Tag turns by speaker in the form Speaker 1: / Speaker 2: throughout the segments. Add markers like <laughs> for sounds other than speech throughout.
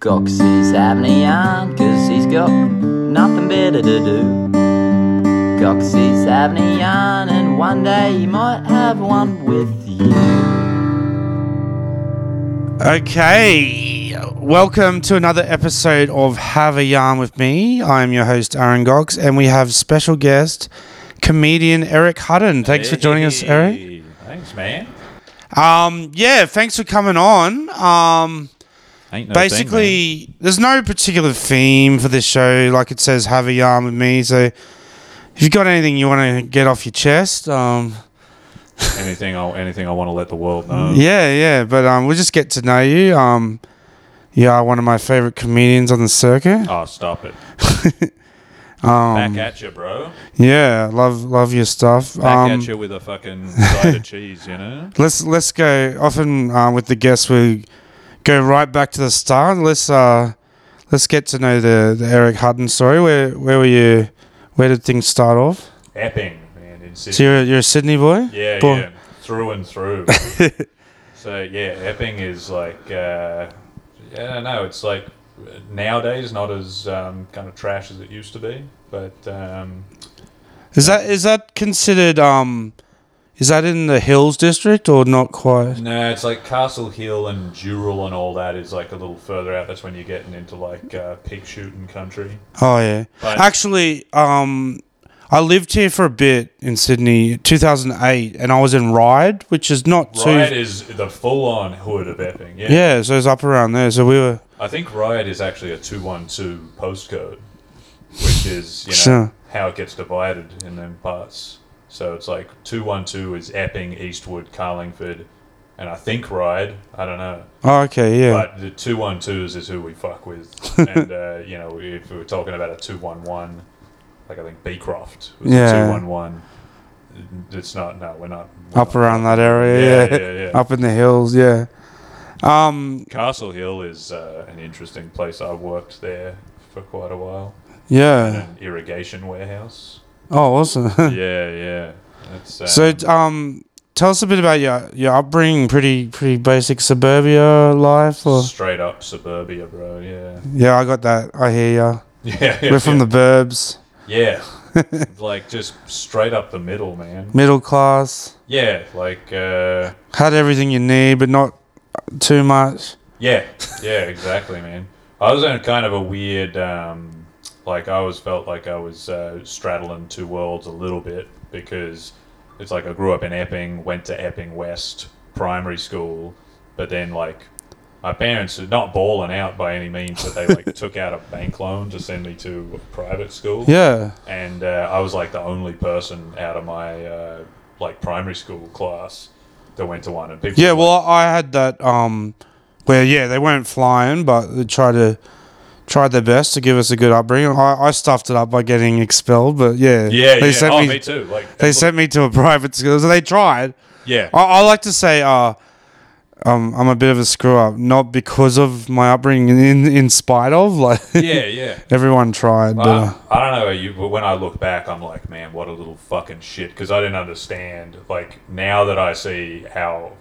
Speaker 1: Gox is having a yarn, cause he's got nothing better to do. Gox is having a yarn, and one day he might have one with you.
Speaker 2: Okay, welcome to another episode of Have a Yarn with me. I'm your host Aaron Gox, and we have special guest comedian Eric Hutton. Thanks for joining us, Eric.
Speaker 3: Hey, Thanks, man.
Speaker 2: Um, yeah, thanks for coming on. Um,
Speaker 3: Ain't no thing, man.
Speaker 2: basically, there's no particular theme for this show. Like it says, have a yarn with me. So, if you've got anything you want to get off your chest, um,
Speaker 3: anything I anything I want to let the world know.
Speaker 2: yeah, yeah. But um, we'll just get to know you. Um, you are one of my favorite comedians on the circuit.
Speaker 3: Oh,
Speaker 2: <laughs>
Speaker 3: stop it.
Speaker 2: Um,
Speaker 3: Back at you, bro.
Speaker 2: Yeah, love love your stuff.
Speaker 3: Back
Speaker 2: Um,
Speaker 3: at you with a fucking
Speaker 2: <laughs>
Speaker 3: side of cheese, you know.
Speaker 2: let's let's go. Often uh, with the guests, we go right back to the start. Let's uh, let's get to know the, the Eric Hutton story. Where where were you? Where did things start off?
Speaker 3: Epping, man, in Sydney.
Speaker 2: So you're, you're a Sydney boy?
Speaker 3: Yeah,
Speaker 2: Born-
Speaker 3: yeah, through
Speaker 2: <laughs>
Speaker 3: and through. so yeah, Epping is like uh, I don't know. It's like nowadays not as um, kind of trash as it used to be, but um,
Speaker 2: Is that is that considered um, is that in the Hills district or not quite?
Speaker 3: No, it's like Castle Hill and Dural and all that is like a little further out. That's when you're getting into like uh, pig shooting country.
Speaker 2: Oh yeah.
Speaker 3: Right.
Speaker 2: Actually, um, I lived here for a bit in Sydney, 2008, and I was in Ryde, which is not
Speaker 3: Riot
Speaker 2: too.
Speaker 3: is the full on hood of Epping. Yeah.
Speaker 2: Yeah, so it's up around there. So we were.
Speaker 3: I think Riot is actually a 212 postcode, which is, you know,
Speaker 2: Sure.
Speaker 3: how it gets divided in them parts. So it's like 212 is Epping, Eastwood, Carlingford, and I think Ryde. I don't know.
Speaker 2: Oh, okay, yeah.
Speaker 3: But the two one twos is who we fuck with,
Speaker 2: <laughs>
Speaker 3: and uh, you know if we were talking about a two one one, like I think Beecroft was
Speaker 2: Yeah.
Speaker 3: a two one one. It's not. No, we're not we're
Speaker 2: Up
Speaker 3: not-
Speaker 2: around that area, yeah.
Speaker 3: Yeah, yeah, yeah.
Speaker 2: Up in the hills, yeah. Um,
Speaker 3: Castle Hill is uh, an interesting place. I worked there for quite a while.
Speaker 2: yeah.
Speaker 3: An irrigation warehouse.
Speaker 2: Oh, awesome.
Speaker 3: yeah, yeah. That's,
Speaker 2: <laughs>
Speaker 3: um,
Speaker 2: so, um, tell us a bit about your your upbringing. Pretty pretty basic suburbia life, or
Speaker 3: straight up suburbia, bro. Yeah. <laughs>
Speaker 2: yeah, I got that. I hear ya.
Speaker 3: Yeah.
Speaker 2: We're from the burbs, <laughs>
Speaker 3: yeah. like just straight up the middle, man.
Speaker 2: middle class.
Speaker 3: Yeah, like. Uh,
Speaker 2: Had everything you need, but not too much.
Speaker 3: Yeah, yeah, exactly, man. I was in kind of a weird, um, like I always felt like I was uh, straddling two worlds a little bit because it's like I grew up in Epping, went to Epping West primary school, but then like my parents are not balling out by any means, but they
Speaker 2: <laughs>
Speaker 3: like took out a bank loan to send me to a private school
Speaker 2: Yeah.
Speaker 3: and uh, I was like the only person out of my uh, like primary school class that went to one. And people
Speaker 2: Yeah,
Speaker 3: were
Speaker 2: well, I I had that um, where yeah, they weren't flying, but they tried to tried their best to give us a good upbringing. I, I stuffed it up by getting expelled, but yeah,
Speaker 3: Yeah,
Speaker 2: they
Speaker 3: yeah.
Speaker 2: sent
Speaker 3: oh,
Speaker 2: me,
Speaker 3: me, too. Like
Speaker 2: they sent me to a <laughs> private school, so they tried.
Speaker 3: yeah,
Speaker 2: I, I like to say, uh, um, I'm a bit of a screw up, not because of my upbringing, in in spite of like <laughs>
Speaker 3: yeah, yeah.
Speaker 2: everyone tried, but uh,
Speaker 3: I, I don't know about you, but when I look back, I'm like, man, what a little fucking shit. Because I didn't understand. Like now that I see how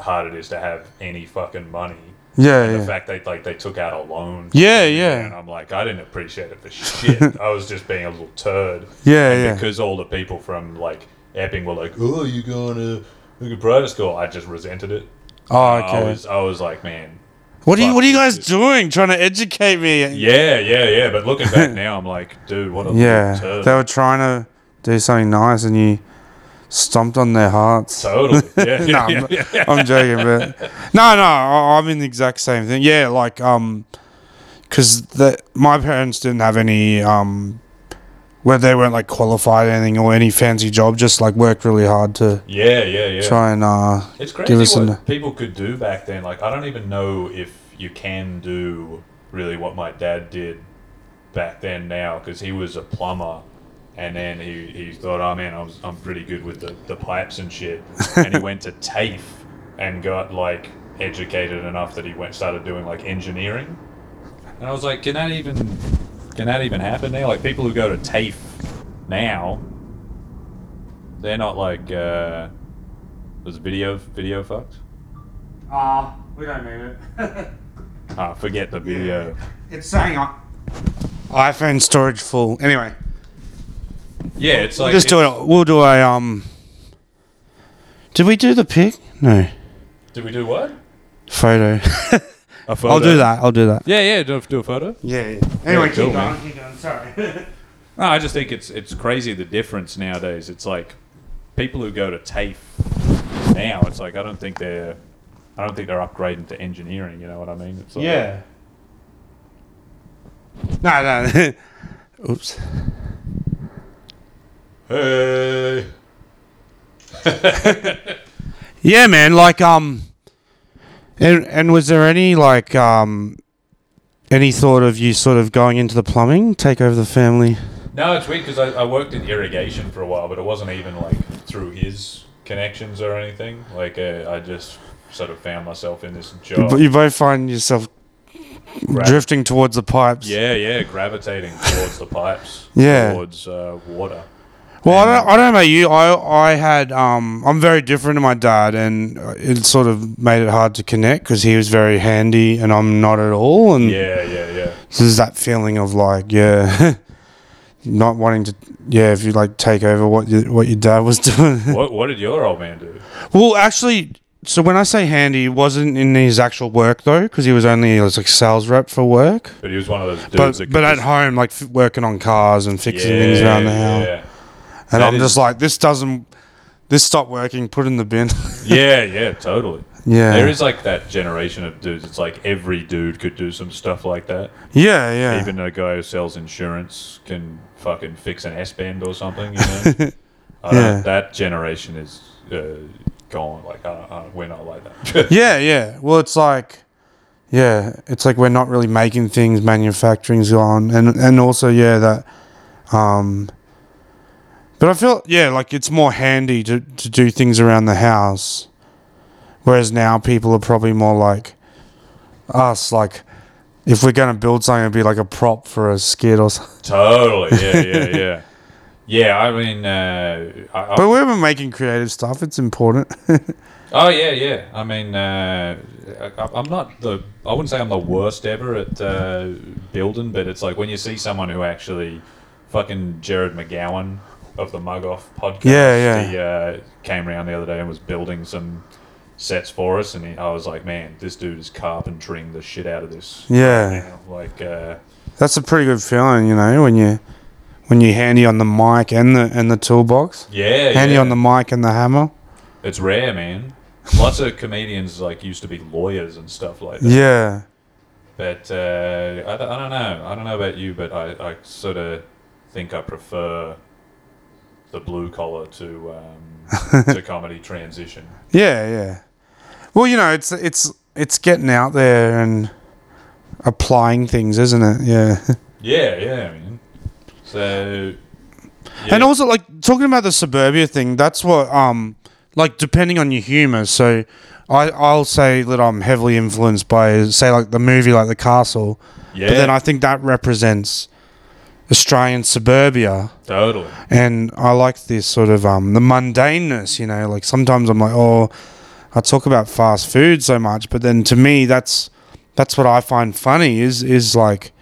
Speaker 3: hard it is to have any fucking money.
Speaker 2: yeah,
Speaker 3: The
Speaker 2: yeah,
Speaker 3: fact that like they took out a loan.
Speaker 2: Yeah, yeah.
Speaker 3: And I'm like, I didn't appreciate it
Speaker 2: <laughs>
Speaker 3: for shit. I was just being a little turd.
Speaker 2: yeah,
Speaker 3: And
Speaker 2: yeah.
Speaker 3: Because all the people from like Epping were like, "Oh, you going to look at private school?" I just resented it.
Speaker 2: oh,
Speaker 3: I
Speaker 2: okay.
Speaker 3: was, I was like, man,
Speaker 2: What are you What are you
Speaker 3: fucking
Speaker 2: guys doing? Trying to educate me?
Speaker 3: yeah, yeah, yeah. But looking
Speaker 2: <laughs>
Speaker 3: back now, I'm like, dude, what a little
Speaker 2: Yeah,
Speaker 3: Oh, turd.
Speaker 2: they were trying to do something nice, and you stomped on their hearts.
Speaker 3: totally. Yeah,
Speaker 2: <laughs> no,
Speaker 3: yeah,
Speaker 2: I'm,
Speaker 3: yeah.
Speaker 2: I'm joking,
Speaker 3: <laughs>
Speaker 2: but no, no, I- I'm in the exact same thing. Yeah, like um, because the my parents didn't have any um, where they weren't like qualified or anything or any fancy job, just like worked really hard to
Speaker 3: yeah, yeah, yeah.
Speaker 2: try and uh,
Speaker 3: It's
Speaker 2: give
Speaker 3: crazy
Speaker 2: us
Speaker 3: what
Speaker 2: an-
Speaker 3: people could do back then. Like, I don't even know if you can do really what my dad did back then now because he was a plumber. And then he, he thought, oh man, I was, I'm pretty good with the, the pipes
Speaker 2: <laughs>
Speaker 3: and shit. And he went to TAFE and got like educated enough that he went started doing like engineering. And I was like, can that even can that even happen now? Like people who go to TAFE now, they're not like uh, was video video fucked?
Speaker 4: Ah, we don't need it.
Speaker 3: Ah, forget the video.
Speaker 2: It's saying I- iPhone storage full. Anyway,
Speaker 3: Yeah, it's like
Speaker 2: just do
Speaker 3: it's-
Speaker 2: it. We'll do a um. Did we do the pic? No
Speaker 3: Did we do what?
Speaker 2: photo.
Speaker 3: A photo.
Speaker 2: I'll do that. I'll do that.
Speaker 3: Yeah, yeah. Do, do a photo.
Speaker 2: Yeah. Anyway,
Speaker 3: uh, Yeah,
Speaker 2: keep
Speaker 3: cool,
Speaker 2: going.
Speaker 3: man.
Speaker 2: Keep going. Sorry.
Speaker 3: No, I just think it's it's crazy the difference nowadays. It's like people who go to TAFE now. It's like I don't think they're I don't think they're upgrading to engineering. You know what I mean? It's like,
Speaker 2: yeah. <laughs> No, no. <laughs> Oops.
Speaker 3: Hey.
Speaker 2: Yeah, man. Like, um, and and was there any like um, any thought of you sort of going into the plumbing, take over the family?
Speaker 3: No, it's weird because I, I worked in irrigation for a while, but it wasn't even like through his connections or anything. Like uh, I just sort of found myself in this job.
Speaker 2: But you both find yourself
Speaker 3: Right.
Speaker 2: drifting towards the pipes.
Speaker 3: Yeah, yeah, gravitating towards the pipes.
Speaker 2: Yeah.
Speaker 3: Towards uh, water.
Speaker 2: Well, I don't, I don't know about you. I I had um I'm very different to my dad, and it sort of made it hard to connect because he was very handy, and I'm not at all. And
Speaker 3: Yeah, yeah, yeah.
Speaker 2: So there's that feeling of like, yeah, <laughs> not wanting to, yeah, if you like take over what you, what your dad was <laughs> doing.
Speaker 3: What, what did your old man do?
Speaker 2: well, actually, so when I say handy, it wasn't in his actual work though, because he was only he was like sales rep for work.
Speaker 3: But he was one of those dudes that
Speaker 2: But
Speaker 3: could
Speaker 2: but at
Speaker 3: just-
Speaker 2: home, like f- working on cars and fixing things around the house,
Speaker 3: Yeah.
Speaker 2: and
Speaker 3: That
Speaker 2: I'm
Speaker 3: is-
Speaker 2: just like, this doesn't, this stopped working. Put it in the bin.
Speaker 3: yeah, yeah, totally.
Speaker 2: <laughs> yeah.
Speaker 3: There is like that generation of dudes. It's like every dude could do some stuff like that.
Speaker 2: Yeah, yeah.
Speaker 3: Even a guy who sells insurance can fucking fix an S bend or something. You know, I
Speaker 2: <laughs> Yeah.
Speaker 3: don't, that generation is uh, gone. Like I, I, we're not like that.
Speaker 2: Yeah, yeah. Well, it's like, yeah, it's like we're not really making things. Manufacturing's gone, and and also yeah that, um. But I feel yeah, like it's more handy to to do things around the house, whereas now people are probably more like us. Like, if we're gonna build something, it'd be like a prop for a skit or something.
Speaker 3: totally. Yeah,
Speaker 2: <laughs>
Speaker 3: yeah, yeah. Yeah, I mean, uh, I, I,
Speaker 2: But we've been making creative stuff. It's important.
Speaker 3: Oh yeah, yeah. I mean, uh, I, I'm not the. I wouldn't say I'm the worst ever at uh, building, but it's like when you see someone who actually, fucking Jared McGowan of the Mug Off podcast,
Speaker 2: Yeah, yeah.
Speaker 3: he uh, came around the other day and was building some sets for us, and he, I was like, man, this dude is carpentering the shit out of this.
Speaker 2: yeah.
Speaker 3: Like, uh,
Speaker 2: That's a pretty good feeling, you know, when you when you handy on the mic and the and the toolbox,
Speaker 3: yeah,
Speaker 2: handy
Speaker 3: yeah.
Speaker 2: on the mic and the hammer.
Speaker 3: It's rare, man. Lots of comedians like used to be lawyers and stuff like that.
Speaker 2: Yeah,
Speaker 3: But uh, I, don't- I don't know. I don't know about you, but I, I sort of think I prefer the blue collar to
Speaker 2: <laughs>
Speaker 3: um, to comedy transition.
Speaker 2: yeah, yeah. Well, you know, it's it's it's getting out there and applying things, isn't it?
Speaker 3: <laughs>
Speaker 2: Yeah.
Speaker 3: Yeah, yeah, I mean. So. Yeah,
Speaker 2: And also, like talking about the suburbia thing, that's what um, like depending on your humor. So, I I'll say that I'm heavily influenced by say like the movie like The Castle,
Speaker 3: yeah,
Speaker 2: but then I think that represents Australian suburbia.
Speaker 3: totally.
Speaker 2: and I like this sort of um the mundaneness, you know. Like sometimes I'm like, oh, I talk about fast food so much, but then to me, that's that's what I find funny is is like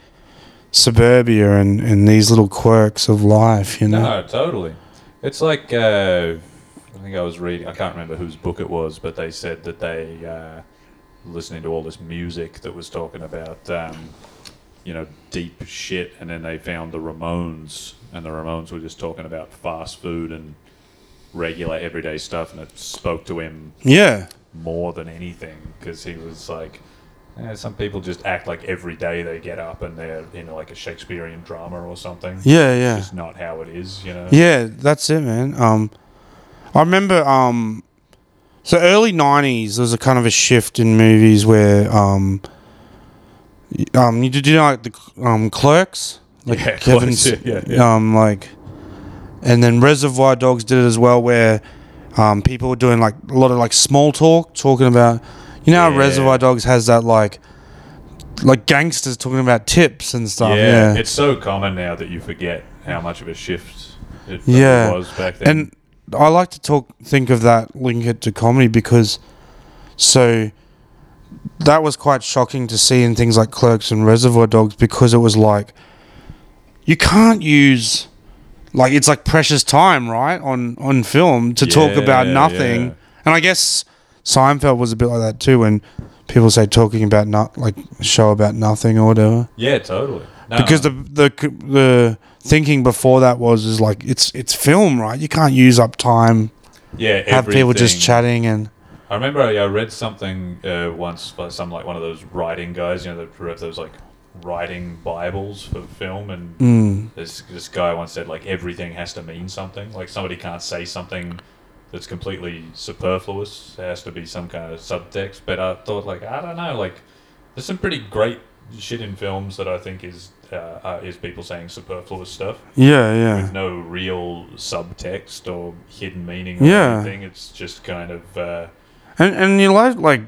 Speaker 2: suburbia and and these little quirks of life, you know.
Speaker 3: No, totally. It's like uh, I think I was reading. I can't remember whose book it was, but they said that they uh, listening to all this music that was talking about um, you know deep shit, and then they found the Ramones, and the Ramones were just talking about fast food and regular everyday stuff, and it spoke to him
Speaker 2: Yeah,
Speaker 3: more than anything because he was like. "Eh, some people just act like every day they get up and they're in like a Shakespearean drama or something.
Speaker 2: yeah, yeah,
Speaker 3: It's not how it is, you know.
Speaker 2: yeah. That's it, man. Um, I remember um, so early '90s there was a kind of a shift in movies where um, y- um, you did you know like the um Clerks, like
Speaker 3: Yeah,
Speaker 2: Kevin
Speaker 3: Clerks,
Speaker 2: S-
Speaker 3: yeah, yeah, yeah.
Speaker 2: um like, and then Reservoir Dogs did it as well, where um people were doing like a lot of like small talk, talking about you know how
Speaker 3: Yeah.
Speaker 2: Reservoir Dogs has that like like gangsters talking about tips and stuff.
Speaker 3: yeah,
Speaker 2: Yeah,
Speaker 3: it's so common now that you forget how much of a shift it really
Speaker 2: Yeah.
Speaker 3: was back then.
Speaker 2: and I like to talk think of that link it to comedy because so that was quite shocking to see in things like Clerks and Reservoir Dogs because it was like you can't use like it's like precious time, right, on on film to talk
Speaker 3: Yeah,
Speaker 2: about nothing.
Speaker 3: yeah.
Speaker 2: And I guess Seinfeld was a bit like that too when people say talking about not like a show about nothing or whatever.
Speaker 3: Yeah, totally. No,
Speaker 2: Because the the the thinking before that was is like it's it's film, right? You can't use up time,
Speaker 3: yeah,
Speaker 2: have people just
Speaker 3: everything-
Speaker 2: chatting and
Speaker 3: I remember I, I read something uh, once by some like one of those writing guys, you know, that wrote those like writing Bibles for film, and this this guy once said like everything has to mean something. Like somebody can't say something that's completely superfluous. There has to be some kind of subtext. But I thought like I don't know, like there's some pretty great shit in films that I think is uh, uh, is people saying superfluous stuff
Speaker 2: yeah, yeah.
Speaker 3: with no real subtext or hidden meaning or
Speaker 2: Yeah.
Speaker 3: anything. It's just kind of. Uh,
Speaker 2: And and you like like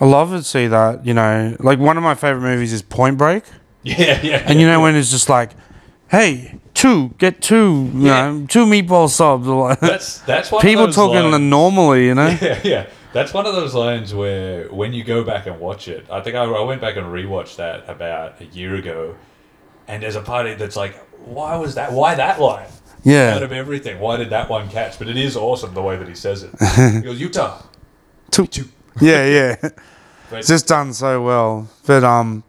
Speaker 2: I love to see that, you know. Like one of my favorite movies is Point Break.
Speaker 3: <laughs> Yeah, yeah.
Speaker 2: And you know when it's just like, Hey, two, get two, you
Speaker 3: Yeah.
Speaker 2: know, two meatball subs <laughs> or like
Speaker 3: that's that's one
Speaker 2: people
Speaker 3: of those
Speaker 2: talking
Speaker 3: lines.
Speaker 2: normally, you know?
Speaker 3: <laughs> yeah, yeah. That's one of those lines where when you go back and watch it, I think I, I went back and rewatched that about a year ago, and there's a party that's like, why was that? Why that line?
Speaker 2: Yeah.
Speaker 3: Out of everything, why did that one catch? But it is awesome the way that he
Speaker 2: <laughs>
Speaker 3: says it. He goes Utah.
Speaker 2: Two. <laughs> Yeah, yeah. it's just done so well. But um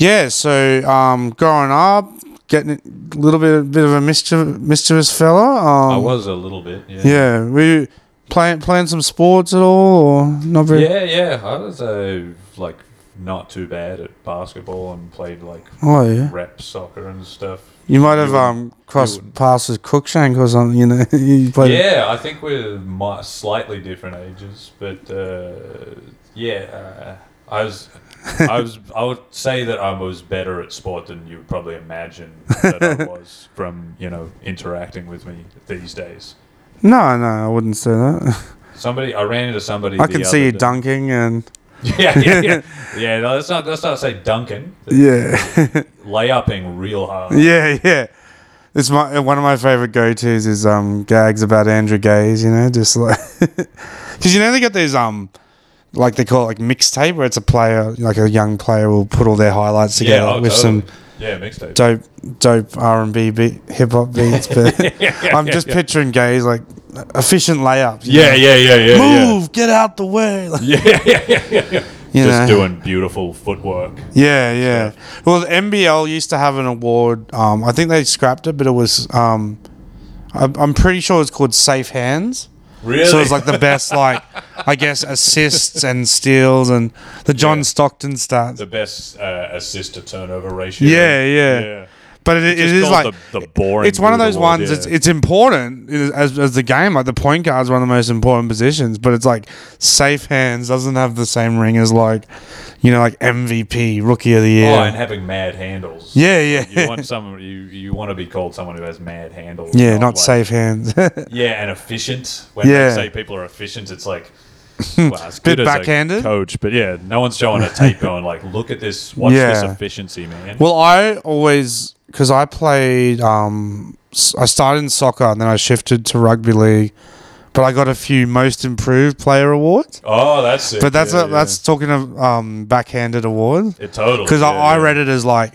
Speaker 2: yeah, so um growing up, getting a little bit bit of a mischief, mischievous fella. Um
Speaker 3: I was a little bit. Yeah.
Speaker 2: Yeah, were you playing playing some sports at all or not very
Speaker 3: Yeah, yeah. I was uh, like not too bad at basketball and played like
Speaker 2: Oh yeah.
Speaker 3: rep soccer and stuff.
Speaker 2: You might have
Speaker 3: You wouldn't-
Speaker 2: um, crossed
Speaker 3: wouldn't.
Speaker 2: paths with Cookshank or something, you know. <laughs> you played-
Speaker 3: yeah, I think we're mi- slightly different ages, but uh, yeah, uh, I was.
Speaker 2: <laughs>
Speaker 3: I was. I would say that I was better at sport than you would probably imagine that
Speaker 2: <laughs>
Speaker 3: I was from you know interacting with me these days.
Speaker 2: No, no, I wouldn't say that.
Speaker 3: Somebody, I ran into somebody.
Speaker 2: I
Speaker 3: the
Speaker 2: can
Speaker 3: other
Speaker 2: see you
Speaker 3: day.
Speaker 2: dunking and
Speaker 3: <laughs> Yeah,
Speaker 2: <laughs>
Speaker 3: yeah, yeah. yeah no, let's not let's not say Duncan.
Speaker 2: yeah, <laughs>
Speaker 3: Layupping real hard.
Speaker 2: yeah, <laughs> yeah. It's my uh, one of my favorite go tos is um gags about Andrew Gaze, you know, just like <laughs> because you know they got these um like they call it like mixtape where it's a player like a young player will put all their highlights together
Speaker 3: oh,
Speaker 2: with
Speaker 3: totally.
Speaker 2: some
Speaker 3: yeah mixtape.
Speaker 2: dope dope R and B beat, hip hop beats,
Speaker 3: <laughs>
Speaker 2: but I'm just picturing Gaze like efficient layups. you
Speaker 3: yeah,
Speaker 2: know?
Speaker 3: yeah, yeah, yeah, yeah.
Speaker 2: move, get out the way. <laughs> Like,
Speaker 3: <laughs> Yeah, yeah, yeah, yeah, yeah.
Speaker 2: You
Speaker 3: Just
Speaker 2: know.
Speaker 3: doing beautiful footwork.
Speaker 2: yeah, yeah. Well, the NBL used to have an award. Um, I think they scrapped it, but it was. Um, I'm I'm pretty sure it's called Safe Hands.
Speaker 3: Really?
Speaker 2: So it's like the best, like I guess, assists and steals and the John
Speaker 3: Yeah.
Speaker 2: Stockton stats.
Speaker 3: the best uh, assist to turnover ratio.
Speaker 2: Yeah, yeah. but it, it
Speaker 3: Just
Speaker 2: is
Speaker 3: called
Speaker 2: like
Speaker 3: the, the boring.
Speaker 2: it's one of
Speaker 3: Google
Speaker 2: those ones.
Speaker 3: yeah.
Speaker 2: It's it's important it is- as as the game. Like the point guard's one of the most important positions, but it's like safe hands doesn't have the same ring as like you know like MVP rookie of the year.
Speaker 3: oh, and having mad handles.
Speaker 2: yeah, yeah,
Speaker 3: You want Oh, some. You you want to be called someone who has mad
Speaker 2: <laughs>
Speaker 3: handles.
Speaker 2: yeah. Not
Speaker 3: like-
Speaker 2: safe hands. <laughs> Bit
Speaker 3: Yeah, and efficient. When
Speaker 2: Yeah.
Speaker 3: they say people are efficient, it's like.
Speaker 2: <laughs>
Speaker 3: Well, as good as a
Speaker 2: backhanded.
Speaker 3: coach, but yeah, no one's showing a tape going like, look at this, watch this
Speaker 2: Yeah.
Speaker 3: efficiency, man.
Speaker 2: Well, I always because I played. Um, s- I started in soccer and then I shifted to rugby league, but I got a few most improved player awards.
Speaker 3: oh, that's it.
Speaker 2: But that's
Speaker 3: yeah,
Speaker 2: a, that's talking of um, backhanded awards.
Speaker 3: yeah. it totally
Speaker 2: Because
Speaker 3: yeah,
Speaker 2: I, I
Speaker 3: yeah.
Speaker 2: read it as like,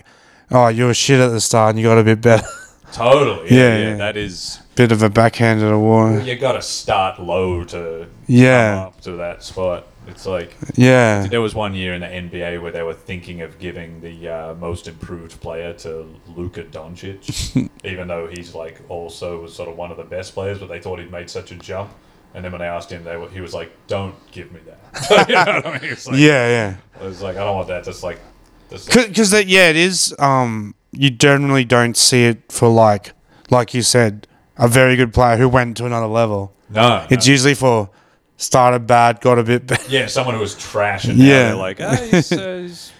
Speaker 2: oh, you were shit at the start and you got a bit better. <laughs>
Speaker 3: Totally.
Speaker 2: Yeah,
Speaker 3: Yeah,
Speaker 2: yeah.
Speaker 3: yeah. That is.
Speaker 2: bit of a backhanded award.
Speaker 3: You got to start low to come
Speaker 2: Yeah,
Speaker 3: up to that spot. It's like
Speaker 2: yeah.
Speaker 3: there was one year in the NBA where they were thinking of giving the uh, most improved player to
Speaker 2: <laughs>
Speaker 3: Luka Doncic, even though he's like also was sort of one of the best players, but they thought he'd made such a jump. And then when I asked him, they were, he was like, "Don't give me that." <laughs> you know what I mean? It's like,
Speaker 2: Yeah, yeah.
Speaker 3: I was like, I don't want that. That's like, that's like
Speaker 2: Because, that, yeah, it is, um, you generally don't see it for like, like you said, a very good player who went to another level.
Speaker 3: no, no.
Speaker 2: It's usually for started bad, <laughs> got a bit better.
Speaker 3: yeah, someone who was trash and now
Speaker 2: Yeah.
Speaker 3: they're like, oh, he's, uh, he's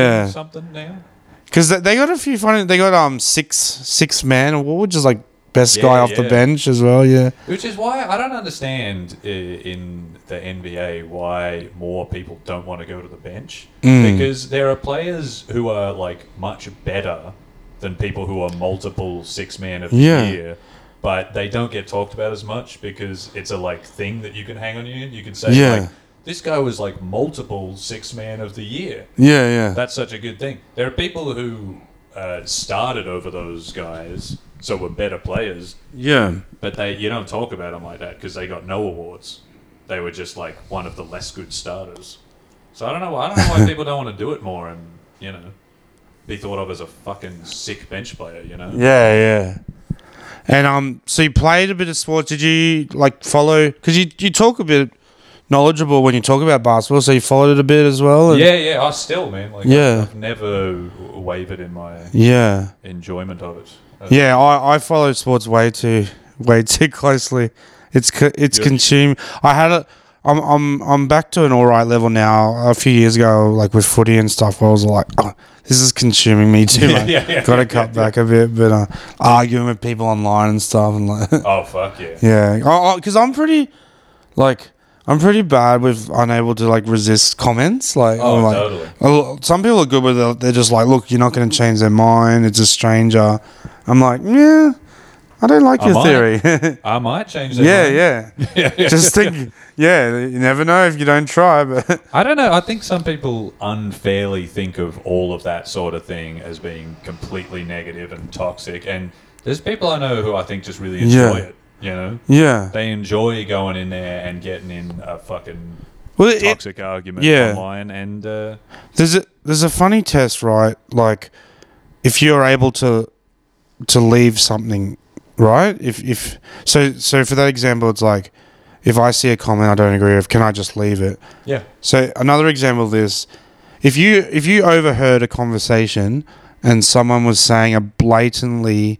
Speaker 2: <laughs> Yeah.
Speaker 3: something now.
Speaker 2: Because they got a few funny, they got um six, six man award, which is like best
Speaker 3: Yeah,
Speaker 2: guy off the
Speaker 3: yeah.
Speaker 2: bench as well, yeah.
Speaker 3: Which is why I don't understand uh, in the NBA why more people don't want to go to the bench
Speaker 2: Mm.
Speaker 3: because there are players who are like much better than people who are multiple six man of the
Speaker 2: Yeah.
Speaker 3: year, but they don't get talked about as much because it's a like thing that you can hang on you. You can say
Speaker 2: Yeah.
Speaker 3: like This guy was like multiple six man of the year.
Speaker 2: Yeah, yeah.
Speaker 3: That's such a good thing. There are people who uh, started over those guys, so were better players,
Speaker 2: yeah.
Speaker 3: but they you don't talk about them like that because they got no awards. They were just like one of the less good starters. So I don't know. I
Speaker 2: <laughs>
Speaker 3: don't know why people don't want to do it more and you know be thought of as a fucking sick bench player. You know.
Speaker 2: Yeah, yeah. And um, so you played a bit of sports. Did you like follow? Because you you talk a bit knowledgeable when you talk about basketball, so you followed it a bit as well. and-
Speaker 3: Yeah, yeah. I still, man. Like,
Speaker 2: Yeah.
Speaker 3: I've never wavered in my
Speaker 2: yeah,
Speaker 3: enjoyment of it. Uh,
Speaker 2: yeah. I I follow sports way too way too <laughs> closely. It's co- it's
Speaker 3: Yeah.
Speaker 2: consumed. I had a. I'm, I'm I'm back to an all right level now. A few years ago, like with footy and stuff, I was like, oh, "This is consuming me too
Speaker 3: <laughs> Yeah,
Speaker 2: much."
Speaker 3: yeah, yeah,
Speaker 2: Got to
Speaker 3: yeah,
Speaker 2: cut
Speaker 3: yeah.
Speaker 2: back a bit, but uh, arguing with people online and stuff, and like, <laughs>
Speaker 3: Oh fuck yeah.
Speaker 2: Yeah, because I'm pretty, like, I'm pretty bad with unable to like resist comments. Like,
Speaker 3: Oh,
Speaker 2: I'm like-
Speaker 3: totally.
Speaker 2: Oh, some people are good with it. They're just like, look, you're not going to change their mind. It's a stranger. I'm like, yeah, I don't like
Speaker 3: I
Speaker 2: your
Speaker 3: might. <laughs>
Speaker 2: theory. <laughs>
Speaker 3: I might change that.
Speaker 2: yeah,
Speaker 3: <laughs>
Speaker 2: yeah, Just think, yeah, you never know if you don't try. But <laughs>
Speaker 3: I don't know. I think some people unfairly think of all of that sort of thing as being completely negative and toxic. And there's people I know who I think just really enjoy
Speaker 2: Yeah.
Speaker 3: it. You know,
Speaker 2: yeah,
Speaker 3: they enjoy going in there and getting in a fucking
Speaker 2: well, it,
Speaker 3: toxic argument
Speaker 2: yeah.
Speaker 3: online. And uh,
Speaker 2: There's a there's a funny test, right? Like if you're able to to leave something, right? If if so so for that example, it's like if I see a comment I don't agree with, can I just leave it?
Speaker 3: yeah,
Speaker 2: So another example of this, if you if you overheard a conversation and someone was saying a blatantly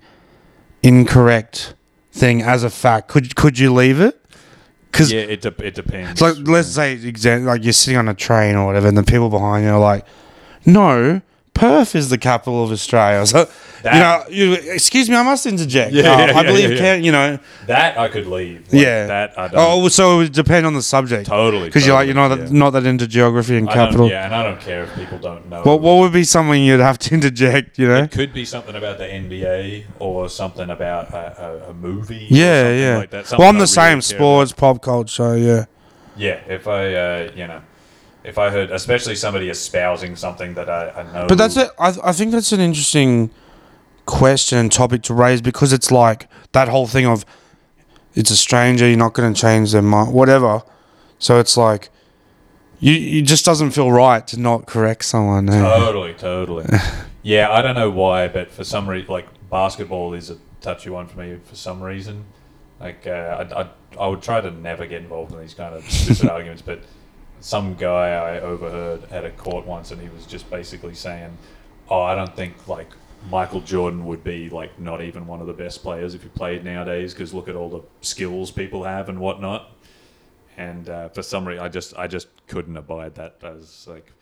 Speaker 2: incorrect thing as a fact, could could you leave it? Because
Speaker 3: yeah, it, de- it depends.
Speaker 2: it's like let's say exa- like you're sitting on a train or whatever, and the people behind you are like, "No, Perth is the capital of Australia." <laughs> So
Speaker 3: That-
Speaker 2: you know, you, excuse me, I must interject.
Speaker 3: Yeah,
Speaker 2: Uh,
Speaker 3: yeah,
Speaker 2: I
Speaker 3: yeah,
Speaker 2: believe
Speaker 3: yeah, yeah.
Speaker 2: Can, you know,
Speaker 3: that I could leave. Like,
Speaker 2: yeah.
Speaker 3: that I don't.
Speaker 2: oh, well, so it would depend on the subject.
Speaker 3: Totally,
Speaker 2: Because you're like you're not
Speaker 3: totally,
Speaker 2: that,
Speaker 3: yeah.
Speaker 2: not that into geography and
Speaker 3: I don't-
Speaker 2: capital.
Speaker 3: Yeah, and I don't care if people don't know.
Speaker 2: What what would be something you'd have to <laughs> interject? You know.
Speaker 3: It could be something about the NBA or something about a, a, a movie. or
Speaker 2: yeah,
Speaker 3: something
Speaker 2: yeah.
Speaker 3: Like that.
Speaker 2: well,
Speaker 3: Something
Speaker 2: I'm
Speaker 3: I
Speaker 2: the
Speaker 3: really
Speaker 2: same.
Speaker 3: care about.
Speaker 2: Sports, pop culture. Yeah.
Speaker 3: Yeah, if I, uh, you know, if I heard, especially somebody espousing something that I, I know.
Speaker 2: But that's it. I, I think that's an interesting question and topic to raise because it's like that whole thing of it's a stranger, you're not going to change their mind, whatever. So it's like you it just doesn't feel right to not correct someone. eh?
Speaker 3: Totally, totally. yeah, I don't know why, but for some reason, like basketball is a touchy one for me for some reason. Like, uh, I, I, I would try to never get involved in these kind of stupid arguments, but some guy I overheard at a court once, and he was just basically saying, "Oh, I don't think like Michael Jordan would be like not even one of the best players if he played nowadays, because look at all the skills people have and whatnot." And uh, for some reason, I just I just couldn't abide that. I was like,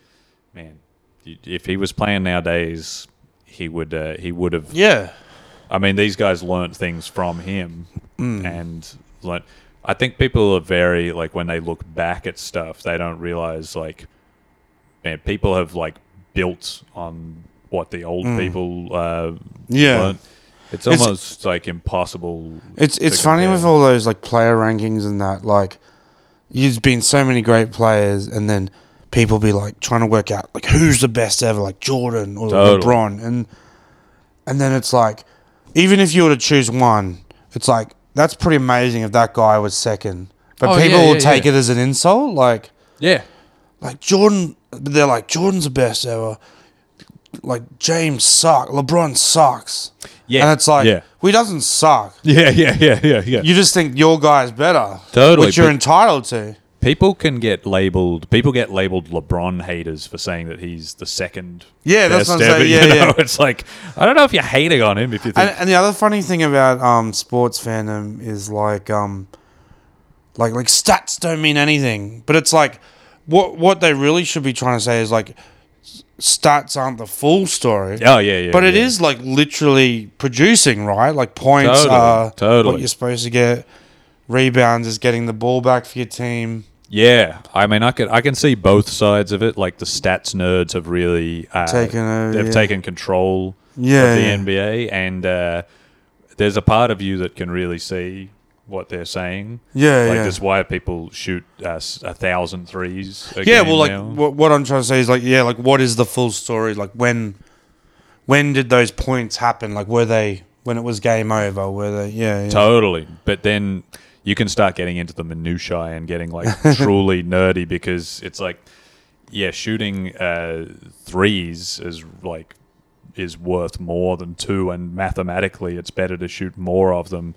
Speaker 3: man, y- if he was playing nowadays, he would uh, he would have.
Speaker 2: yeah.
Speaker 3: I mean, these guys learnt things from him, and learnt. I think people are very like when they look back at stuff, they don't realize like, man, people have like built on what the old people uh,
Speaker 2: Yeah.
Speaker 3: learnt. It's
Speaker 2: It's-
Speaker 3: almost like impossible.
Speaker 2: It's
Speaker 3: to
Speaker 2: it's funny
Speaker 3: compare.
Speaker 2: with all those like player rankings and that like you've been so many great players and then people be like trying to work out like who's the best ever like Jordan or
Speaker 3: Totally.
Speaker 2: LeBron and and then it's like even if you were to choose one it's like that's pretty amazing if that guy was second but
Speaker 3: Oh, yeah,
Speaker 2: people will
Speaker 3: yeah,
Speaker 2: take
Speaker 3: yeah.
Speaker 2: it as an insult like
Speaker 3: yeah.
Speaker 2: like Jordan they're like Jordan's the best ever like James sucks LeBron sucks
Speaker 3: Yeah.
Speaker 2: and it's like
Speaker 3: Yeah.
Speaker 2: well, he doesn't suck
Speaker 3: <laughs> Yeah, yeah, yeah, yeah, yeah.
Speaker 2: you just think your guy's better.
Speaker 3: Totally,
Speaker 2: Which you're
Speaker 3: but-
Speaker 2: entitled to.
Speaker 3: People can get labeled. People get labeled LeBron haters for saying that he's the second.
Speaker 2: Yeah, that's
Speaker 3: best
Speaker 2: what I'm saying.
Speaker 3: ever, <laughs>
Speaker 2: Yeah,
Speaker 3: you
Speaker 2: yeah.
Speaker 3: know? It's like I don't know if you're hating on him if you
Speaker 2: And,
Speaker 3: think.
Speaker 2: and the other funny thing about um, sports fandom is like, um, like, like stats don't mean anything. But it's like, what what they really should be trying to say is like, s- stats aren't the full story.
Speaker 3: oh yeah, yeah.
Speaker 2: But it
Speaker 3: yeah.
Speaker 2: is like literally producing, right? Like points
Speaker 3: Totally,
Speaker 2: are what
Speaker 3: totally.
Speaker 2: you're supposed to get. Rebounds is getting the ball back for your team.
Speaker 3: Yeah, I mean, I can I can see both sides of it. Like the stats nerds have really uh,
Speaker 2: Taken over,
Speaker 3: They've
Speaker 2: yeah.
Speaker 3: taken control
Speaker 2: Yeah,
Speaker 3: of the
Speaker 2: yeah.
Speaker 3: NBA, and uh, there's a part of you that can really see what they're saying.
Speaker 2: Yeah,
Speaker 3: like
Speaker 2: yeah.
Speaker 3: that's why people shoot uh, s- a thousand threes. A
Speaker 2: yeah
Speaker 3: game
Speaker 2: well like
Speaker 3: now.
Speaker 2: what, what i'm trying to say is like yeah like what is the full story like when when did those points happen like were they when it was game over were they yeah, yeah.
Speaker 3: Totally. But then you can start getting into the minutiae and getting like truly nerdy because it's like, yeah, shooting uh, threes is like is worth more than two, and mathematically, it's better to shoot more of them.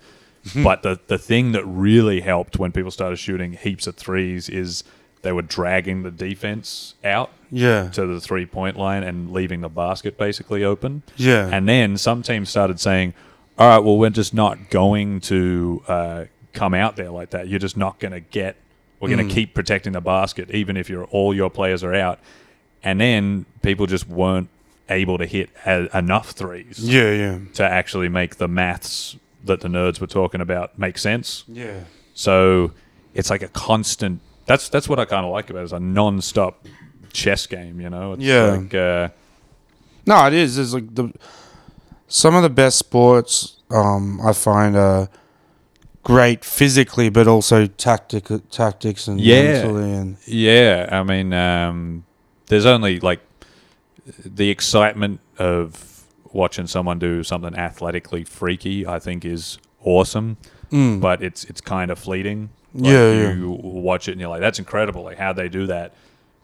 Speaker 3: but the the thing that really helped when people started shooting heaps of threes is they were dragging the defense out
Speaker 2: yeah
Speaker 3: to the three point line and leaving the basket basically open.
Speaker 2: Yeah.
Speaker 3: And then some teams started saying, all right, well, we're just not going to uh, come out there like that. You're just not going to get, we're
Speaker 2: Mm.
Speaker 3: going to keep protecting the basket, even if you all your players are out. And then people just weren't able to hit a, enough threes
Speaker 2: yeah yeah
Speaker 3: to actually make the maths that the nerds were talking about make sense.
Speaker 2: yeah
Speaker 3: So it's like a constant. That's that's what I kind of like about it. It's a non-stop chess game, you know. It's
Speaker 2: Yeah.
Speaker 3: Like, uh,
Speaker 2: no it is it's like the some of the best sports um i find are great physically but also tactic tactics and
Speaker 3: Yeah.
Speaker 2: mentally and
Speaker 3: yeah, I mean, um, there's only like the excitement of watching someone do something athletically freaky. I think is awesome, but it's it's kind of fleeting. Like,
Speaker 2: Yeah, Mm. yeah.
Speaker 3: You watch it and you're like, that's incredible. Like how they do that.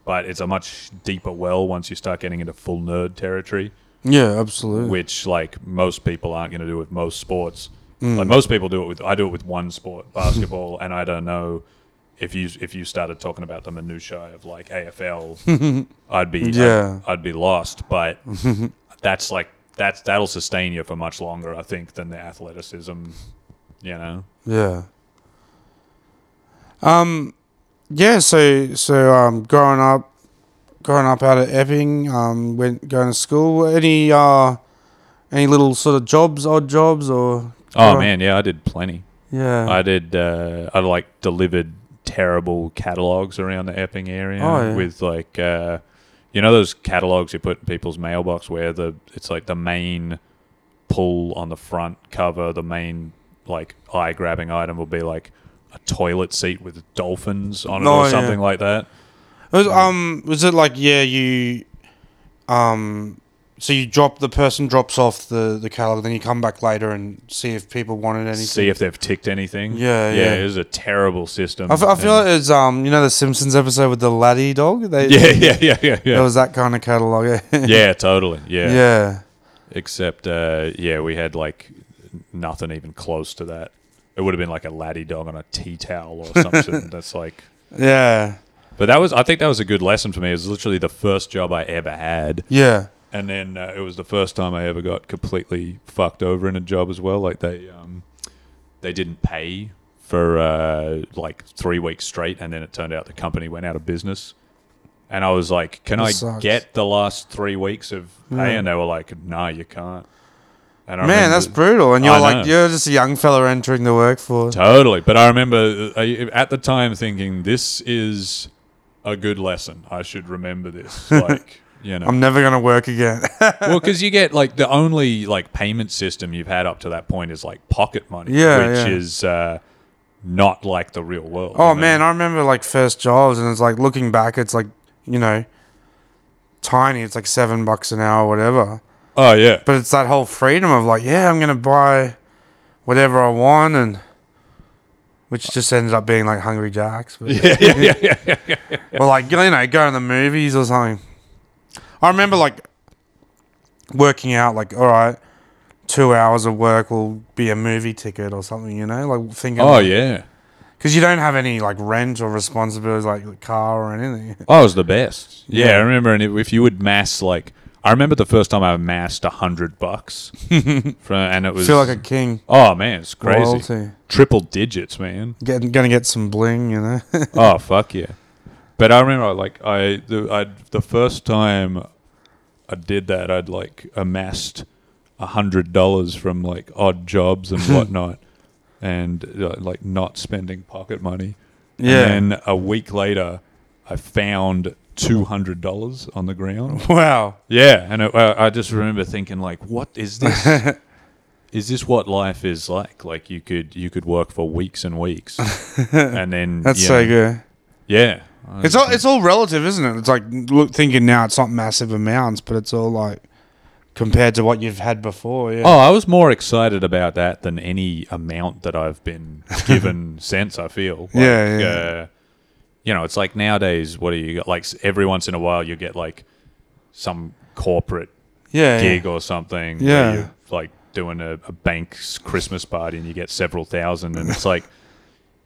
Speaker 3: But it's a much deeper well once you start getting into full nerd territory.
Speaker 2: yeah absolutely
Speaker 3: which like most people aren't going to do with most sports.
Speaker 2: Hmm.
Speaker 3: Like most people do it with I do it with one
Speaker 2: <laughs>
Speaker 3: sport, basketball, and I don't know if you if you started talking about the minutiae of like
Speaker 2: <laughs>
Speaker 3: AFL, I'd be
Speaker 2: Yeah.
Speaker 3: I'd, I'd be lost.
Speaker 2: <laughs>
Speaker 3: But that's like that's that'll sustain you for much longer, I think, than the athleticism. You know,
Speaker 2: Yeah. Um, yeah. So so um, growing up, growing up out of Epping, um, went going to school. Any uh, any little sort of jobs, odd jobs, or
Speaker 3: oh
Speaker 2: Right.
Speaker 3: man, yeah, I did plenty.
Speaker 2: yeah,
Speaker 3: I did. Uh, I like delivered terrible catalogs around the Epping area
Speaker 2: Oh, yeah.
Speaker 3: with like, uh, you know, those catalogs you put in people's mailbox where the it's like the main pull on the front cover, the main like eye grabbing item will be like a toilet seat with dolphins on it
Speaker 2: Oh,
Speaker 3: or
Speaker 2: yeah.
Speaker 3: something like that.
Speaker 2: was, um, was it like yeah, you, um, so you drop the person drops off the the catalog, then you come back later and see if people wanted anything.
Speaker 3: See if they've ticked anything.
Speaker 2: Yeah,
Speaker 3: yeah.
Speaker 2: yeah.
Speaker 3: It was a terrible system.
Speaker 2: I, f- I feel
Speaker 3: And-
Speaker 2: like it's um, you know, the Simpsons episode with the laddie dog. They,
Speaker 3: <laughs> yeah, yeah, yeah, yeah,
Speaker 2: There
Speaker 3: yeah.
Speaker 2: was that kind of catalog. <laughs>
Speaker 3: yeah, totally.
Speaker 2: yeah.
Speaker 3: Except, uh, yeah, we had like nothing even close to that. It would have been like a laddie dog on a tea towel or something. That's like,
Speaker 2: Yeah.
Speaker 3: but that was, I think that was a good lesson for me. It was literally the first job I ever had.
Speaker 2: Yeah.
Speaker 3: And then uh, it was the first time I ever got completely fucked over in a job as well. Like they, um, they didn't pay for uh, like three weeks straight. And then it turned out the company went out of business. And I was like, can
Speaker 2: That
Speaker 3: I
Speaker 2: sucks.
Speaker 3: get the last three weeks of pay?
Speaker 2: Yeah.
Speaker 3: And they were like, nah, you can't. And I
Speaker 2: Man,
Speaker 3: remember-
Speaker 2: that's brutal. And you're
Speaker 3: I
Speaker 2: like,
Speaker 3: know.
Speaker 2: you're just a young fella entering the workforce.
Speaker 3: Totally. But I remember uh, I- at the time thinking, this is a good lesson. I should
Speaker 2: <laughs>
Speaker 3: remember this. Like, you know.
Speaker 2: I'm never going to work
Speaker 3: <laughs>
Speaker 2: again.
Speaker 3: well, because you get like the only like payment system you've had up to that point is like pocket money,
Speaker 2: Yeah,
Speaker 3: which
Speaker 2: yeah.
Speaker 3: is uh, not like the real world.
Speaker 2: oh,
Speaker 3: you know?
Speaker 2: man, I remember like first jobs, and it's like looking back, it's like, you know, tiny. It's like seven bucks an hour, whatever.
Speaker 3: Oh,
Speaker 2: <laughs>
Speaker 3: yeah.
Speaker 2: But it's that whole freedom of like, yeah, I'm going to buy whatever I want. And which just ended up being like Hungry Jack's. But,
Speaker 3: Yeah, yeah, yeah, yeah, yeah.
Speaker 2: Or like you know, going to the movies or something. I remember like working out like, all right, two hours of work will be a movie ticket or something. You know, like thinking.
Speaker 3: <laughs> Oh, yeah.
Speaker 2: Because you don't have any like rent or responsibilities like the car or anything.
Speaker 3: Oh, it was the best. Yeah,
Speaker 2: Yeah.
Speaker 3: I remember. And if, if you would mass like, I remember the first time I massed a
Speaker 2: <laughs>
Speaker 3: hundred bucks, from, and it
Speaker 2: I
Speaker 3: was
Speaker 2: feel like a king.
Speaker 3: oh man, it's crazy,
Speaker 2: Royalty.
Speaker 3: triple digits, man.
Speaker 2: Getting gonna get some bling, you know. <laughs>
Speaker 3: oh fuck yeah! But I remember like I the I the first time I did that, I'd like amassed a hundred dollars from like odd
Speaker 2: <laughs>
Speaker 3: jobs and whatnot, and uh, like not spending pocket money. And then a week later, I found two hundred dollars on the ground.
Speaker 2: wow. <laughs>
Speaker 3: Yeah, and it, I I just remember thinking like, what is this? is this what life is like? Like you could you could work for weeks
Speaker 2: <laughs>
Speaker 3: and weeks, and then
Speaker 2: That's
Speaker 3: you
Speaker 2: so
Speaker 3: know,
Speaker 2: good.
Speaker 3: Yeah,
Speaker 2: It's all it's all relative, isn't it? It's like look, thinking now it's not massive amounts, but it's all like compared to what you've had before. Yeah.
Speaker 3: Oh, I was more excited about that than any amount that I've
Speaker 2: <laughs>
Speaker 3: been given since. I feel. Like,
Speaker 2: Yeah, yeah.
Speaker 3: Uh, you know, it's like nowadays. What do you got? Like s- every once in a while, you get like some corporate
Speaker 2: yeah,
Speaker 3: gig or something. where
Speaker 2: Yeah.
Speaker 3: you're, like doing a, a bank's Christmas party, and you get several thousand, and it's like.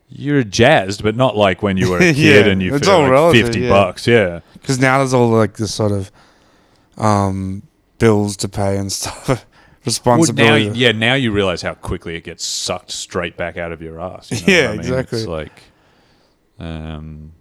Speaker 3: You're jazzed, but not like when you were a
Speaker 2: <laughs> Yeah,
Speaker 3: kid and you
Speaker 2: it's
Speaker 3: feel
Speaker 2: all
Speaker 3: like
Speaker 2: relative,
Speaker 3: fifty
Speaker 2: yeah.
Speaker 3: bucks. Yeah,
Speaker 2: Because now there's all like this sort of um, bills to pay and stuff, <laughs>
Speaker 3: Well, now,
Speaker 2: responsibility.
Speaker 3: yeah, now you realize how quickly it gets sucked straight back out of your ass. you
Speaker 2: <laughs>
Speaker 3: know
Speaker 2: Yeah,
Speaker 3: what I mean?
Speaker 2: exactly.
Speaker 3: It's like, um,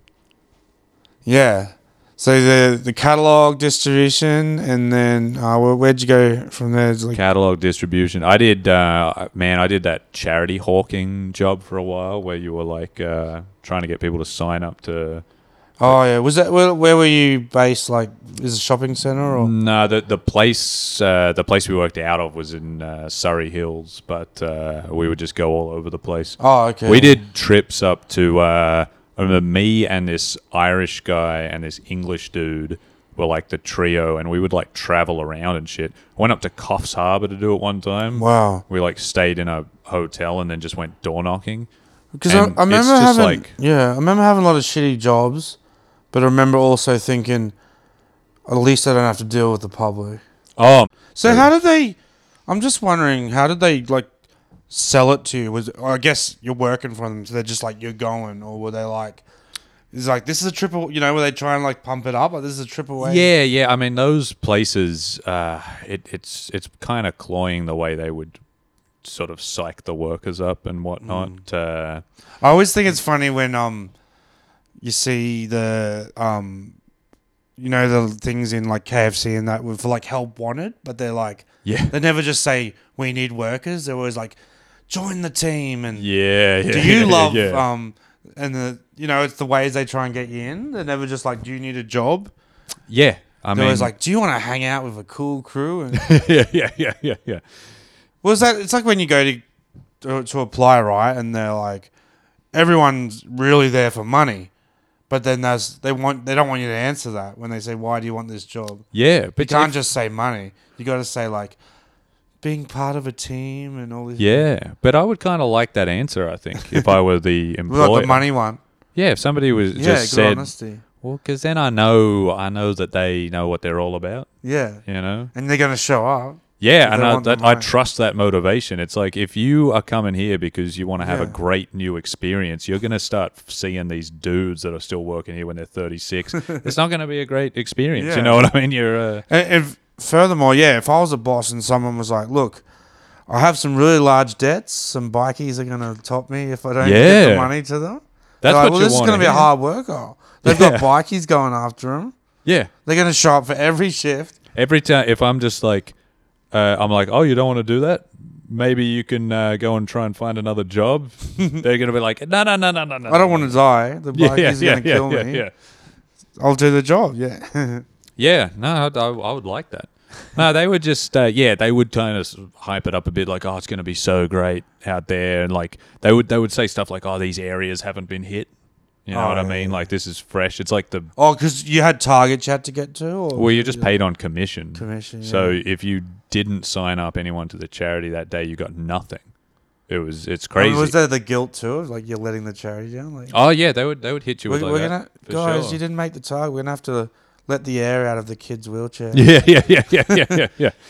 Speaker 2: Yeah. So the the catalog distribution, and then uh, where, where'd you go from there? It's like,
Speaker 3: catalog distribution. I did, uh, man, I did that charity hawking job for a while where you were like uh, trying to get people to sign up to.
Speaker 2: oh yeah, was that where, where were you based? Like, is it a shopping center or?
Speaker 3: No, the the place uh, the place we worked out of was in uh, Surrey Hills, but uh, we would just go all over the place.
Speaker 2: Oh okay.
Speaker 3: We did trips up to. Uh, I remember me and this Irish guy and this English dude were like the trio, and we would like travel around and shit. Went up to Coffs Harbour to do it one time.
Speaker 2: Wow.
Speaker 3: We like stayed in a hotel and then just went door knocking.
Speaker 2: Because I,
Speaker 3: And
Speaker 2: I remember
Speaker 3: it's just
Speaker 2: having
Speaker 3: like-
Speaker 2: yeah, I remember having a lot of shitty jobs, but I remember also thinking, at least I don't have to deal with the public.
Speaker 3: Oh,
Speaker 2: So
Speaker 3: Yeah.
Speaker 2: how did they? I'm just wondering, how did they like sell it to you? Was I guess you're working for them, so they're just like you're going, or were they like, it's like this is a triple, you know, were they trying to like pump it up? Or this is a triple way?
Speaker 3: yeah, yeah. I mean, those places, uh, it, it's it's kind of cloying the way they would sort of psych the workers up and whatnot.
Speaker 2: Mm.
Speaker 3: Uh,
Speaker 2: I always think it's funny when um you see the um you know the things in like KFC and that with like help wanted, but they're like
Speaker 3: yeah,
Speaker 2: they never just say we need workers. They're always like join the team and
Speaker 3: <laughs> yeah, <laughs> yeah.
Speaker 2: do you love
Speaker 3: yeah.
Speaker 2: um and the you know it's the ways they try and get you in. They're never just like do you need a job.
Speaker 3: yeah.
Speaker 2: They're
Speaker 3: I mean,
Speaker 2: always like do you want to hang out with a cool crew and <laughs>
Speaker 3: yeah, <laughs> yeah, yeah, yeah, yeah.
Speaker 2: Was that? It's like when you go to to, to apply, right? And they're like, everyone's really there for money, but then there's they want they don't want you to answer that when they say, "Why do you want this job?"
Speaker 3: Yeah, but
Speaker 2: You can't
Speaker 3: if-
Speaker 2: just say money. You got to say like being part of a team and all this.
Speaker 3: yeah, but I would kind of like that answer. I think if I were the
Speaker 2: <laughs>
Speaker 3: employer,
Speaker 2: like the money one.
Speaker 3: Yeah, if somebody was
Speaker 2: Yeah, good
Speaker 3: just said, Well, 'cause
Speaker 2: honesty.
Speaker 3: then I know, I know that they know what they're all about.
Speaker 2: Yeah,
Speaker 3: You know,
Speaker 2: and they're gonna show up.
Speaker 3: yeah,
Speaker 2: They
Speaker 3: and I,
Speaker 2: want the
Speaker 3: that, I
Speaker 2: money.
Speaker 3: trust that motivation. It's like if you are coming here because you want to have a
Speaker 2: Yeah.
Speaker 3: great new experience, you're going to start seeing these dudes that are still working here when they're
Speaker 2: <laughs>
Speaker 3: 36. it's not going to be a great experience.
Speaker 2: Yeah.
Speaker 3: You know what I mean? You're uh,
Speaker 2: And if, furthermore, yeah, if I was a boss and someone was like, "Look, I have some really large debts. Some bikies are going to top me if I don't get the
Speaker 3: Yeah.
Speaker 2: money to them."
Speaker 3: that's
Speaker 2: They're like,
Speaker 3: what
Speaker 2: well,
Speaker 3: you
Speaker 2: this is
Speaker 3: want
Speaker 2: going to be a
Speaker 3: hear.
Speaker 2: hard worker. They've
Speaker 3: Yeah.
Speaker 2: got bikies going after them.
Speaker 3: Yeah,
Speaker 2: They're going to show up for every shift.
Speaker 3: Every time, if I'm just like, uh, I'm like, oh, you don't want to do that. Maybe you can uh, go and try and find
Speaker 2: <laughs>
Speaker 3: another job. They're gonna be like, no, no, no, no, no, no.
Speaker 2: I don't want to die. The <laughs> bikies are going to kill
Speaker 3: yeah,
Speaker 2: me.
Speaker 3: yeah,
Speaker 2: I'll do the job. Yeah. <laughs>
Speaker 3: yeah. No, I'd- I, I would like that. No, they would just, uh, yeah, they would kind of hype it up a bit, like, oh, it's gonna be so great out there, and like they would, they would say stuff like, oh, these areas haven't been hit. You know
Speaker 2: Oh,
Speaker 3: what I
Speaker 2: yeah,
Speaker 3: mean? Like this is fresh. It's like the
Speaker 2: oh, because you had targets you had to get to? Or?
Speaker 3: Well, you're just paid on commission.
Speaker 2: Commission,
Speaker 3: So
Speaker 2: yeah.
Speaker 3: if you didn't sign up anyone to the charity that day, you got nothing. It was it's
Speaker 2: I mean,
Speaker 3: crazy.
Speaker 2: Oh, was there the guilt too? Like you're letting the charity down? Like,
Speaker 3: oh yeah, they would they would hit you
Speaker 2: we,
Speaker 3: with
Speaker 2: are
Speaker 3: like
Speaker 2: going
Speaker 3: that,
Speaker 2: to,
Speaker 3: for
Speaker 2: guys,
Speaker 3: sure.
Speaker 2: you didn't make the target. We're going to have to let the air out of the kid's wheelchair.
Speaker 3: <laughs> Yeah, yeah, yeah, yeah, yeah, yeah, yeah. <laughs>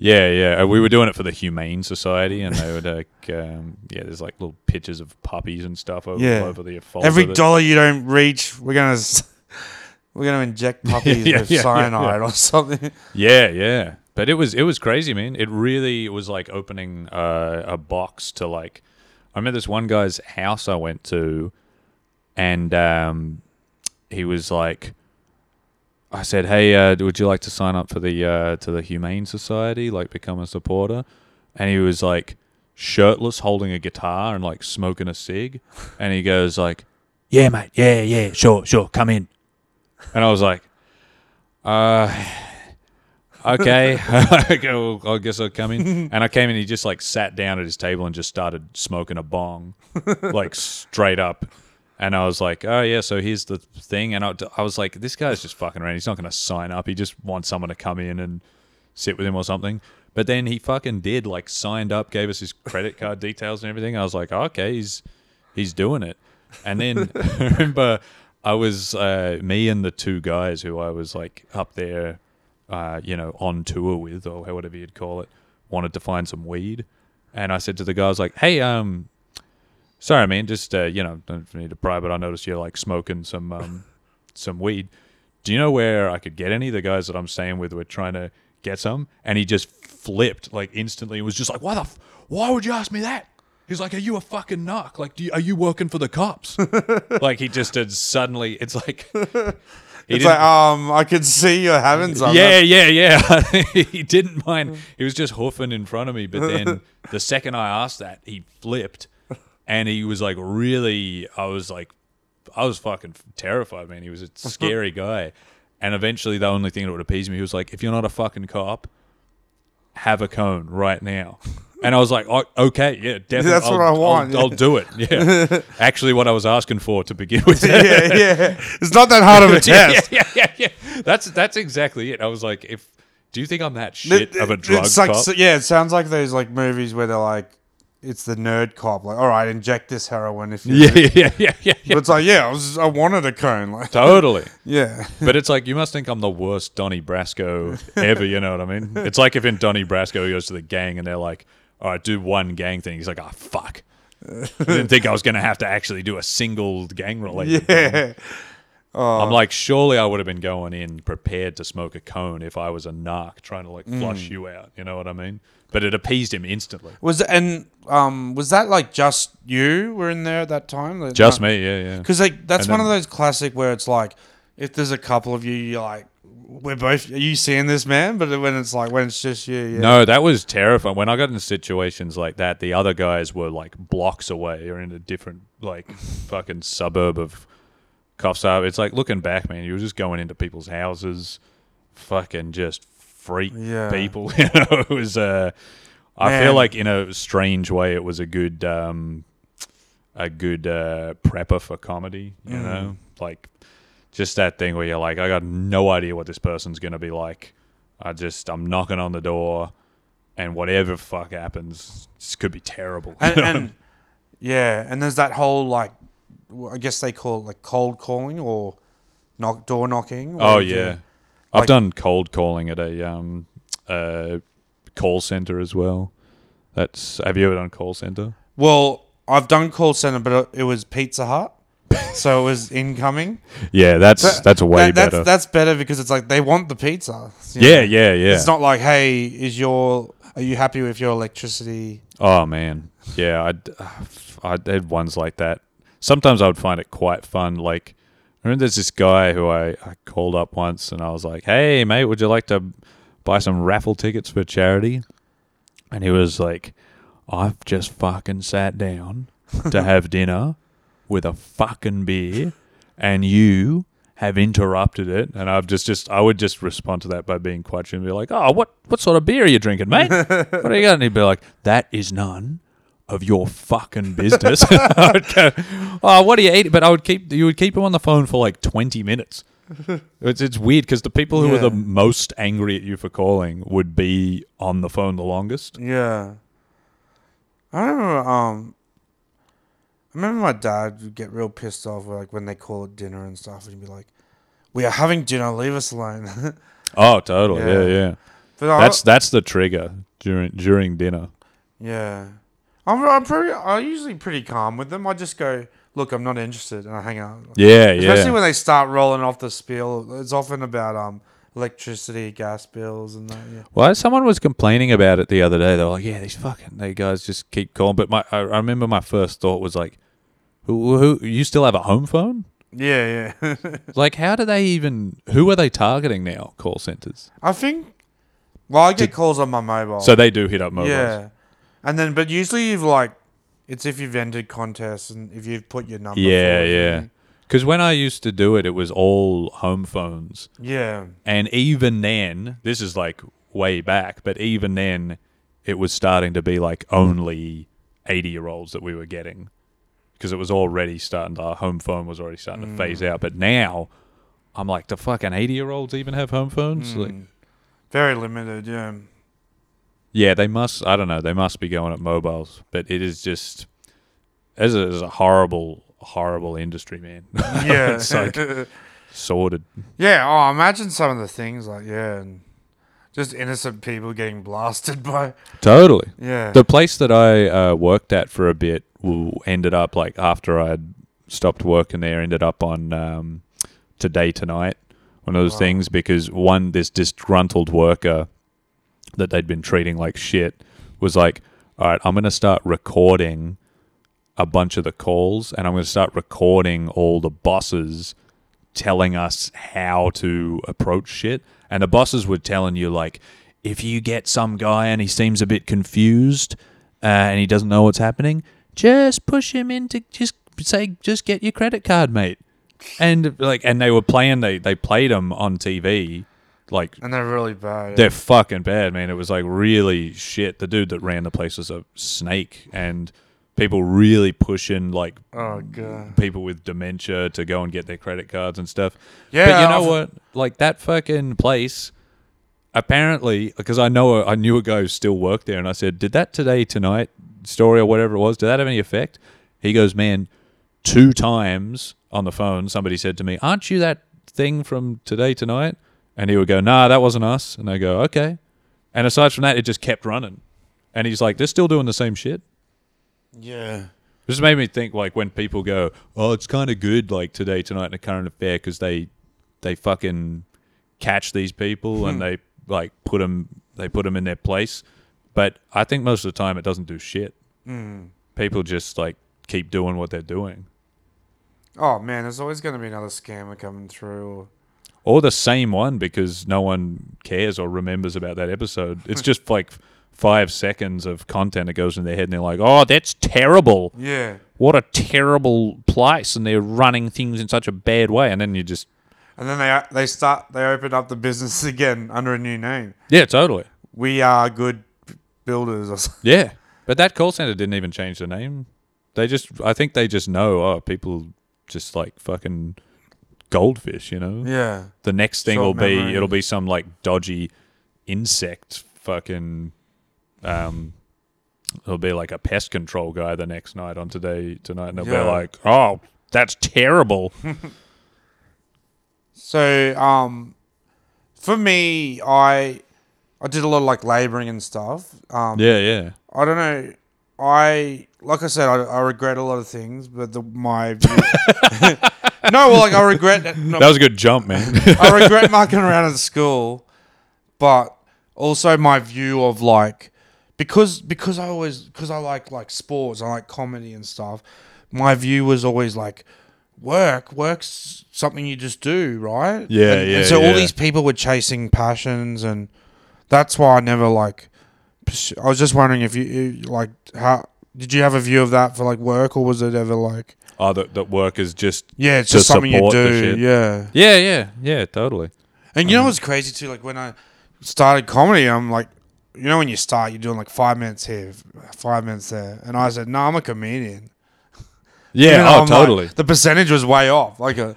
Speaker 3: Yeah, yeah. Uh, We were doing it for the Humane Society, and they would like, um, yeah. There's like little pictures of puppies and stuff over,
Speaker 2: Yeah.
Speaker 3: over the folder.
Speaker 2: Every
Speaker 3: that-
Speaker 2: dollar you don't reach, we're going to. <laughs> We're gonna
Speaker 3: <laughs>
Speaker 2: inject puppies
Speaker 3: yeah,
Speaker 2: with
Speaker 3: yeah, yeah.
Speaker 2: cyanide or something.
Speaker 3: Yeah, yeah. But it was it was crazy, man. It really was like opening uh, a box to like. I remember this one guy's house I went to, and um, he was like, I said, "Hey, uh, would you like to sign up for the uh, to the Humane Society, like become a supporter?" And he was like, shirtless, holding a guitar and like smoking a cig, and he goes like, "Yeah, mate, yeah, yeah, sure, sure, come in." And I was like, uh, okay, <laughs> okay well, I guess I'll come in. And I came in, he just like sat down at his table and just started smoking a bong, like straight up. And I was like, oh, yeah, so here's the thing. And I, I was like, this guy's just fucking around. He's not going to sign up. He just wants someone to come in and sit with him or something. But then he fucking did, like, signed up, gave us his credit card details and everything. I was like, okay, he's he's doing it. And then <laughs> I remember I was uh, me and the two guys who I was like up there, uh, you know, on tour with or whatever you'd call it, wanted to find some weed. And I said to the guys, like, hey, um, sorry, man, just uh, you know, don't need to pry, but I noticed you're like smoking some um, <laughs> some weed. Do you know where I could get any? The guys that I'm staying with were trying to get some, and he just flipped like instantly. and Was just like, why the, f- why would you ask me that? He's like, are you a fucking narc? Like, do you, are you working for the cops? <laughs> like, he just had suddenly. It's like. he
Speaker 2: It's
Speaker 3: didn't-
Speaker 2: like, um, I could see you having some.
Speaker 3: yeah, yeah, yeah.
Speaker 2: <laughs>
Speaker 3: <laughs> he didn't mind. He was just hoofing in front of me. But then the second I asked that, he flipped, and he was like, really. I was like, I was fucking terrified, man.
Speaker 2: <laughs>
Speaker 3: He was a scary guy. And eventually, the only thing that would appease me, he was like, if you're not a fucking cop, have a cone right
Speaker 2: <laughs>
Speaker 3: now. And I was like, oh, okay, yeah, definitely.
Speaker 2: That's what I want,
Speaker 3: I'll, I'll
Speaker 2: yeah.
Speaker 3: do it.
Speaker 2: <laughs>
Speaker 3: Yeah. Actually, what I was asking for to begin with.
Speaker 2: yeah, yeah. It's not that hard of a
Speaker 3: <laughs> Yeah,
Speaker 2: test.
Speaker 3: Yeah, yeah, yeah, yeah. That's that's exactly it. I was like, if do you think I'm that shit of a drug
Speaker 2: it's like,
Speaker 3: cop?
Speaker 2: so- yeah, it sounds like those like movies where they're like, it's the nerd cop. Like, all right, inject this heroin if you.
Speaker 3: <laughs> yeah, yeah, yeah, yeah, yeah, <laughs> yeah.
Speaker 2: But it's like, yeah, I, was, I wanted a cone. Like, <laughs>
Speaker 3: Totally.
Speaker 2: yeah. <laughs>
Speaker 3: But it's like you must think I'm the worst Donnie Brasco ever. You know what I mean? It's like if in Donnie Brasco he goes to the gang and they're like, "All right, do one gang thing." He's like, "Ah, fuck." I didn't think I was going to have to actually do a single gang related.
Speaker 2: <laughs> Yeah.
Speaker 3: I'm like, surely I would have been going in prepared to smoke a cone if I was a narc trying to like flush
Speaker 2: Mm.
Speaker 3: you out. You know what I mean? But it appeased him instantly.
Speaker 2: Was and um was that like just you were in there at that time? Like,
Speaker 3: Just me, yeah, yeah.
Speaker 2: Because like that's
Speaker 3: And
Speaker 2: one
Speaker 3: then-
Speaker 2: of those classic where it's like, if there's a couple of you, you're like, we're both. Are you seeing this man? But when it's like when it's just you, yeah.
Speaker 3: No, that was terrifying. When I got into situations like that, the other guys were like blocks away or in a different like fucking suburb of Coffs. It's like looking back, man, you were just going into people's houses, fucking just freak
Speaker 2: Yeah.
Speaker 3: people. <laughs> You know, it was. Uh, I
Speaker 2: Man.
Speaker 3: feel like in a strange way, it was a good, um, a good uh, prepper for comedy. You
Speaker 2: Mm.
Speaker 3: know, like just that thing where you're like, I got no idea what this person's gonna be like. I just I'm knocking on the door, and whatever fuck happens, this could be terrible. <laughs>
Speaker 2: and, and yeah, and there's that whole like, w- I guess they call it like cold calling or knock door knocking. or
Speaker 3: oh
Speaker 2: do you-
Speaker 3: yeah, I've
Speaker 2: like-
Speaker 3: done cold calling at a um, uh, call center as well. That's have you ever done call center?
Speaker 2: Well, I've done call center, but it was Pizza
Speaker 3: <laughs>
Speaker 2: Hut, so it was incoming.
Speaker 3: Yeah, that's that's way
Speaker 2: That-
Speaker 3: better.
Speaker 2: That's, that's better because it's like they want the pizza. you know?
Speaker 3: yeah, yeah, yeah.
Speaker 2: It's not like, hey, is your are you happy with your electricity?
Speaker 3: Oh man, yeah, I'd, I had ones like that. Sometimes I would find it quite fun. Like, I remember there's this guy who I, I called up once, and I was like, "Hey, mate, would you like to buy some raffle tickets for charity?" And he was like, "I've just fucking sat down to have dinner with a fucking beer, and you." Have interrupted it, and I've just, just, I would just respond to that by being quite chill and be like, "Oh, what, what sort of beer are you drinking, mate? what do you got?" And he'd be like, "That is none of your fucking business. <laughs> I would go, oh, what do you eat? But I would keep you would keep him on the phone for like twenty minutes. It's it's weird because the people who were
Speaker 2: Yeah.
Speaker 3: the most angry at you for calling would be on the phone the longest.
Speaker 2: Yeah. I remember um I remember my dad would get real pissed off like when they call it dinner and stuff and he'd be like, We are having dinner, leave us alone. <laughs>
Speaker 3: Oh, totally.
Speaker 2: Yeah.
Speaker 3: Yeah, Uh, yeah.
Speaker 2: but I-
Speaker 3: That's that's the trigger during during dinner.
Speaker 2: yeah. I'm I'm pretty I'm usually pretty calm with them. I just go, Look, I'm not interested and I hang out.
Speaker 3: Yeah, yeah.
Speaker 2: Especially when they start rolling off the spiel. It's often about um electricity, gas bills and that, yeah.
Speaker 3: Well, someone was complaining about it the other day. They were like, "Yeah, these fucking they guys just keep calling." But my, I, I remember my first thought was like, "Who, who you still have a home phone?"
Speaker 2: Yeah, yeah. <laughs>
Speaker 3: Like, how do they even? Who are they targeting now? Call centers.
Speaker 2: I think. Well, I get calls on my mobile.
Speaker 3: So they do hit up mobiles.
Speaker 2: yeah, and then but usually you've like, it's if you've entered contests and if you've put your number.
Speaker 3: yeah,
Speaker 2: forward,
Speaker 3: yeah. Because when I used to do it, it was all home phones,
Speaker 2: yeah,
Speaker 3: and even then, this is like way back, but even then, it was starting to be like only 80 year olds that we were getting because it was already starting to, our home phone was already starting to phase out. But now, I'm like, do fucking 80 year olds even have home phones? Like,
Speaker 2: Very limited,
Speaker 3: <laughs>
Speaker 2: yeah.
Speaker 3: yeah, they must. I don't know. They must be going at mobiles, but it is just as a, as a horrible, horrible industry, man. <laughs>
Speaker 2: Yeah.
Speaker 3: it's like sordid.
Speaker 2: <laughs> yeah, oh, imagine some of the things like, yeah, and just innocent people getting blasted <laughs> by,
Speaker 3: Totally.
Speaker 2: yeah.
Speaker 3: The place that I uh, worked at for a bit w- ended up like after I'd stopped working there, ended up on um, Today Tonight, one of those
Speaker 2: Wow.
Speaker 3: things because one this disgruntled worker that they'd been treating like shit was like, all right, I'm gonna start recording a bunch of the calls and I'm gonna start recording all the bosses telling us how to approach shit. And the bosses were telling you, like, if you get some guy and he seems a bit confused uh, and he doesn't know what's happening, just push him into just say, just get your credit card, mate. And like, and they were playing, they, they played him on TV. Like,
Speaker 2: and they're really bad.
Speaker 3: they're fucking bad, man. It was like really shit. The dude that ran the place was a snake, and people really pushing like
Speaker 2: Oh, God.
Speaker 3: people with dementia to go and get their credit cards and stuff.
Speaker 2: Yeah,
Speaker 3: but you know
Speaker 2: I've-
Speaker 3: what? Like that fucking place. Apparently, because I know I knew a guy who still worked there, and I said, "Did that today, tonight story or whatever it was? Did that have any effect?" He goes, "Man, two times on the phone, somebody said to me, "Aren't you that thing from today, tonight?" And he would go, "Nah, that wasn't us." And I go, "Okay." And aside from that, it just kept running. And he's like, "They're still doing the same shit."
Speaker 2: Yeah.
Speaker 3: This made me think, like when people go, "Oh, it's kind of good," like today, tonight, in a current affair, because they they fucking catch these people and they like put them they put them in their place. But I think most of the time it doesn't do shit. People just like keep doing what they're doing,
Speaker 2: Oh, man, there's always going to be another scammer coming through.
Speaker 3: or the same one because no one cares or remembers about that episode. It's just like five seconds of content that goes in their head, and they're like, "Oh, that's terrible."
Speaker 2: Yeah.
Speaker 3: what a terrible place and they're running things in such a bad way and then you just
Speaker 2: And then they they start they open up the business <laughs> again under a new name.
Speaker 3: yeah totally
Speaker 2: We are good b- builders. Or something.
Speaker 3: yeah but that call center didn't even change the name they just i think they just know oh people just like fucking goldfish you know
Speaker 2: Yeah.
Speaker 3: the next thing
Speaker 2: Short
Speaker 3: will be
Speaker 2: memory.
Speaker 3: it'll be some like dodgy insect fucking um it'll be like a pest control guy the next night on today tonight and they'll
Speaker 2: Yeah.
Speaker 3: be like oh that's terrible
Speaker 2: So um, for me, I I did a lot of like laboring and stuff. Um,
Speaker 3: <laughs> yeah yeah
Speaker 2: I don't know. I like I said, I, I regret a lot of things, but the, my
Speaker 3: <laughs>
Speaker 2: <laughs> no, well, like I regret. No,
Speaker 3: that was a good jump man <laughs>
Speaker 2: I regret mucking around at school, but also my view of like because because I always because I like like sports, I like comedy and stuff. My view was always like work, work's something you just do, right?
Speaker 3: Yeah,
Speaker 2: and,
Speaker 3: yeah,
Speaker 2: And so
Speaker 3: yeah.
Speaker 2: all these people were chasing passions, and that's why I never like. pursue- I was just wondering if you- you like how did you have a view of that for like work, or was it ever like
Speaker 3: Oh, that, that work is just.
Speaker 2: yeah, it's
Speaker 3: To
Speaker 2: just something you
Speaker 3: support the
Speaker 2: do,
Speaker 3: shit.
Speaker 2: yeah.
Speaker 3: Yeah, yeah, yeah, totally.
Speaker 2: And you
Speaker 3: Mm.
Speaker 2: know what's crazy too? Like when I started comedy, I'm like, you know, when you start, you're doing like five minutes here, f- five minutes there, and I said, no, I'm a comedian. Even
Speaker 3: Yeah,
Speaker 2: though
Speaker 3: oh,
Speaker 2: I'm
Speaker 3: totally.
Speaker 2: Like, the percentage was way off. Like,
Speaker 3: <laughs>
Speaker 2: a,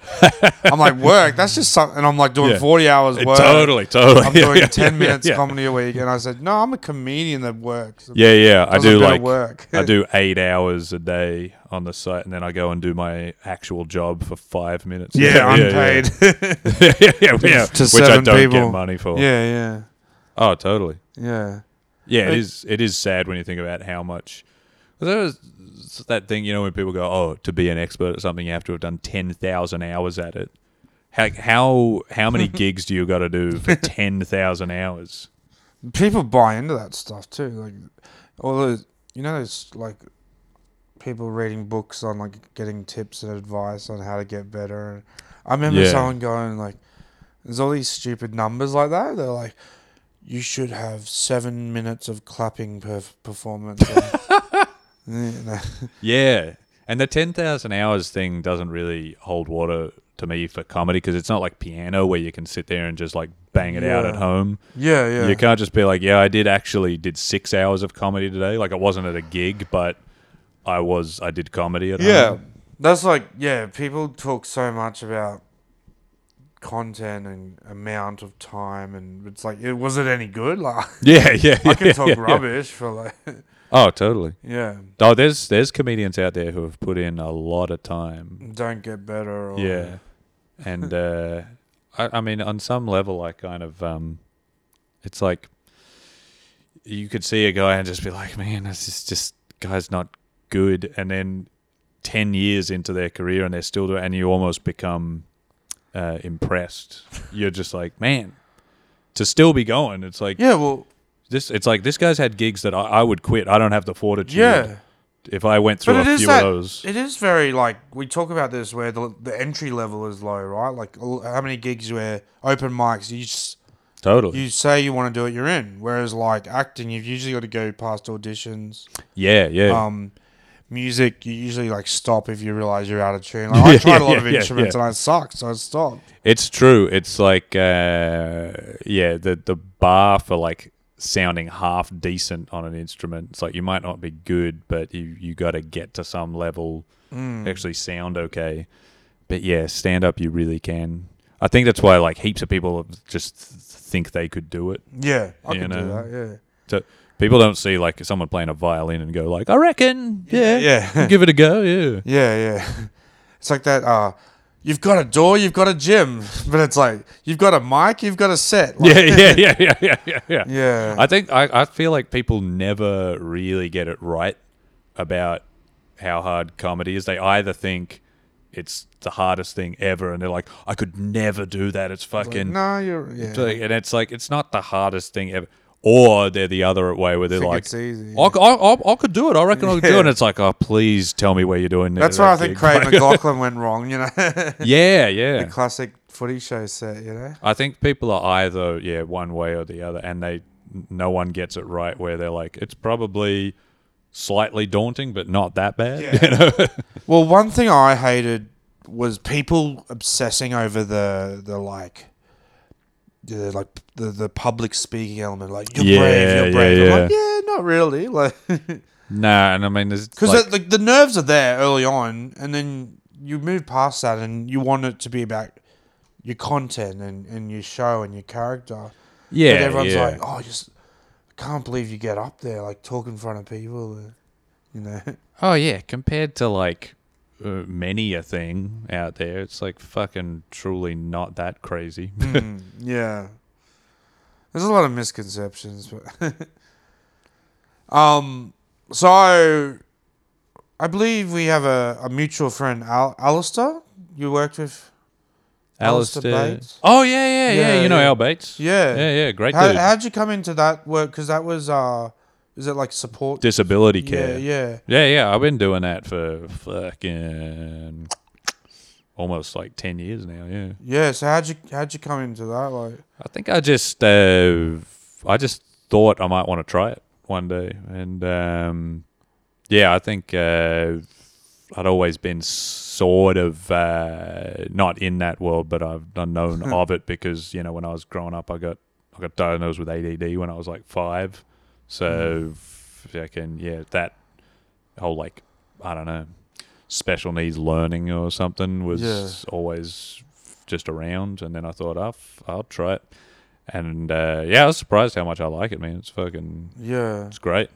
Speaker 2: I'm like work. That's just something. And I'm like doing
Speaker 3: Yeah.
Speaker 2: 40 hours
Speaker 3: It-
Speaker 2: work.
Speaker 3: totally, <laughs> totally.
Speaker 2: I'm
Speaker 3: Yeah,
Speaker 2: doing
Speaker 3: yeah,
Speaker 2: 10
Speaker 3: yeah,
Speaker 2: minutes
Speaker 3: yeah.
Speaker 2: comedy a week, and I said, no, I'm a comedian that works.
Speaker 3: Yeah, yeah. I
Speaker 2: Does a
Speaker 3: do
Speaker 2: bit of
Speaker 3: like
Speaker 2: work. <laughs>
Speaker 3: I do eight hours a day on the site, and then I go and do my actual job for five minutes. <laughs>
Speaker 2: Yeah, unpaid. <laughs>
Speaker 3: Yeah, yeah, yeah, yeah, yeah,
Speaker 2: To
Speaker 3: which I
Speaker 2: seven
Speaker 3: don't
Speaker 2: people.
Speaker 3: get money for.
Speaker 2: yeah,
Speaker 3: Oh, totally.
Speaker 2: yeah, yeah.
Speaker 3: Yeah, it
Speaker 2: Like-
Speaker 3: is. It is sad when you think about how much. 'cause there was that thing, you know, when people go, "Oh, to be an expert at something, you have to have done ten thousand hours at it." How how
Speaker 2: <laughs>
Speaker 3: how many gigs do you got to do for ten thousand hours?
Speaker 2: people buy into that stuff too. Like all those, you know, those like people reading books on like getting tips and advice on how to get better. And I remember
Speaker 3: Yeah.
Speaker 2: someone going like, "There's all these stupid numbers like that." They're like, "You should have seven minutes of clapping per f- performance." <laughs> And-
Speaker 3: Yeah, and the ten thousand hours thing doesn't really hold water to me for comedy because it's not like piano where you can sit there and just like bang it out
Speaker 2: Yeah.
Speaker 3: at home.
Speaker 2: Yeah, yeah.
Speaker 3: You can't just be like, yeah, I did actually did six hours of comedy today. Like it wasn't at a gig, but I was I did comedy at
Speaker 2: Yeah.
Speaker 3: home.
Speaker 2: That's like, yeah, people talk so much about content and amount of time, and it's like, it, was it any good? <laughs> Like,
Speaker 3: Yeah, <laughs> yeah.
Speaker 2: I can
Speaker 3: yeah,
Speaker 2: talk
Speaker 3: yeah, yeah.
Speaker 2: rubbish for like, <laughs>
Speaker 3: Oh, totally.
Speaker 2: yeah,
Speaker 3: Oh, there's there's comedians out there who have put in a lot of time.
Speaker 2: don't get better. Or,
Speaker 3: Yeah,
Speaker 2: <laughs>
Speaker 3: and uh, I, I mean, on some level, I kind of um, it's like you could see a guy and just be like, man, this is just guy's not good, and then ten years into their career and they're still doing, and you almost become uh, <laughs> impressed. You're just like, man, to still be going, it's like
Speaker 2: Yeah, well,
Speaker 3: this. It's like this guy's had gigs that I, I would quit. I don't have the fortitude.
Speaker 2: yeah.
Speaker 3: if I went through
Speaker 2: But
Speaker 3: a
Speaker 2: it is
Speaker 3: few
Speaker 2: that-
Speaker 3: of those.
Speaker 2: It is very like we talk about this where the, the entry level is low, right? Like l- how many gigs where open mics you just,
Speaker 3: Totally.
Speaker 2: you say you want to do it, you're in. Whereas like acting, you've usually got to go past auditions.
Speaker 3: yeah, yeah.
Speaker 2: Um, music, you usually like stop if you realize you're out of
Speaker 3: <laughs>
Speaker 2: tune. Like, I
Speaker 3: Yeah,
Speaker 2: tried a lot
Speaker 3: yeah,
Speaker 2: of
Speaker 3: yeah,
Speaker 2: instruments
Speaker 3: yeah.
Speaker 2: and I sucked, so I stopped.
Speaker 3: it's true. It's like, uh, yeah, the the bar for like sounding half decent on an instrument. It's like you might not be good, but you you got to get to some level
Speaker 2: Mm.
Speaker 3: to actually sound okay. But yeah, stand up, you really can. I think that's why like heaps of people just th- think they could do it.
Speaker 2: Yeah, I
Speaker 3: You
Speaker 2: can do
Speaker 3: know.
Speaker 2: that.
Speaker 3: So people don't see like someone playing a violin and go like, I reckon, yeah,
Speaker 2: Yeah, yeah,
Speaker 3: <laughs> give it a go, yeah.
Speaker 2: yeah, yeah. <laughs> It's like that. Uh, you've got a door, you've got a gym, <laughs> but it's like you've got a mic, you've got a set. Like,
Speaker 3: <laughs> yeah, yeah, yeah, yeah, yeah, yeah, yeah.
Speaker 2: <laughs> Yeah.
Speaker 3: I think I, I feel like people never really get it right about how hard comedy is. They either think it's the hardest thing ever, and they're like, "I could never do that. It's fucking,"
Speaker 2: no, you're. Yeah.
Speaker 3: It's like- and it's like it's not the hardest thing ever. Or they're the other way where they're
Speaker 2: Think
Speaker 3: like,
Speaker 2: it's easy,
Speaker 3: I, I, I, I could do it. I reckon I could do it.
Speaker 2: Yeah.
Speaker 3: And it's like, oh, please tell me where you're doing
Speaker 2: That's
Speaker 3: that
Speaker 2: where I think
Speaker 3: gig." <laughs>
Speaker 2: Craig McLaughlin went wrong. You know, <laughs> the
Speaker 3: yeah, yeah.
Speaker 2: classic footy show set. You know.
Speaker 3: I think people are either yeah one way or the other, and they no one gets it right where they're like it's probably slightly daunting, but not that bad.
Speaker 2: Yeah.
Speaker 3: <laughs> You know?
Speaker 2: Well, one thing I hated was people obsessing over the the like the like the, the public speaking element. Like you're
Speaker 3: Yeah,
Speaker 2: brave,
Speaker 3: yeah,
Speaker 2: you're brave. I'm like,
Speaker 3: yeah.
Speaker 2: yeah, not really. <laughs> Like
Speaker 3: nah, and I mean, because
Speaker 2: because
Speaker 3: like,
Speaker 2: the, the nerves are there early on, and then you move past that, and you want it to be about your content and, and your show and your character.
Speaker 3: yeah,
Speaker 2: but everyone's
Speaker 3: yeah.
Speaker 2: like, oh, I just can't believe you get up there like talk in front of people. uh, You know,
Speaker 3: oh yeah, compared to like uh, many a thing out there, it's like fucking truly not that crazy. <laughs>
Speaker 2: Hmm, <laughs> yeah. There's a lot of misconceptions, but <laughs> um, so I believe we have a, a mutual friend, Al- Alistair. You worked with Alistair Bates.
Speaker 3: Oh yeah, yeah, yeah.
Speaker 2: Yeah,
Speaker 3: you know
Speaker 2: yeah.
Speaker 3: Al Bates.
Speaker 2: Yeah.
Speaker 3: yeah, yeah. Great
Speaker 2: How,
Speaker 3: dude.
Speaker 2: how'd you come into that work? Because that was uh, is it like support?
Speaker 3: Disability care.
Speaker 2: yeah, yeah.
Speaker 3: Yeah, yeah, I've been doing that for fucking almost like ten years now. Yeah,
Speaker 2: Yeah, so how'd you how'd you come into that? Like,
Speaker 3: I think I just uh, I just thought I might want to try it one day, and um, yeah, I think uh, I'd always been sort of uh, not in that world, but I've unknown of it because you know when I was growing up, I got I got diagnosed with ADD when I was like five, so fucking yeah, that whole like I don't know special needs learning or something was
Speaker 2: Yeah.
Speaker 3: always just around, and then I thought, oh, f- I'll try it, and uh, yeah, I was surprised how much I like it, man. It's fucking
Speaker 2: yeah,
Speaker 3: it's great.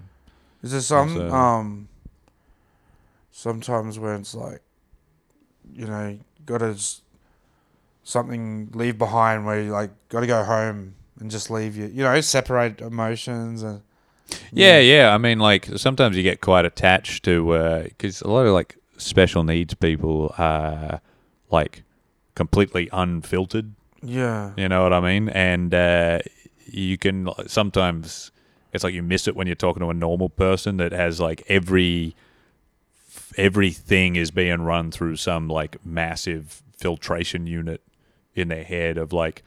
Speaker 2: is there some
Speaker 3: so-
Speaker 2: um sometimes when it's like you know gotta s- something leave behind where you like gotta go home and just leave you you know separate emotions and
Speaker 3: Yeah, yeah. I mean, like sometimes you get quite attached to because a lot of like special needs people are like completely unfiltered.
Speaker 2: yeah
Speaker 3: You know what I mean? And uh, you can like, sometimes it's like you miss it when you're talking to a normal person that has like every everything is being run through some like massive filtration unit in their head of like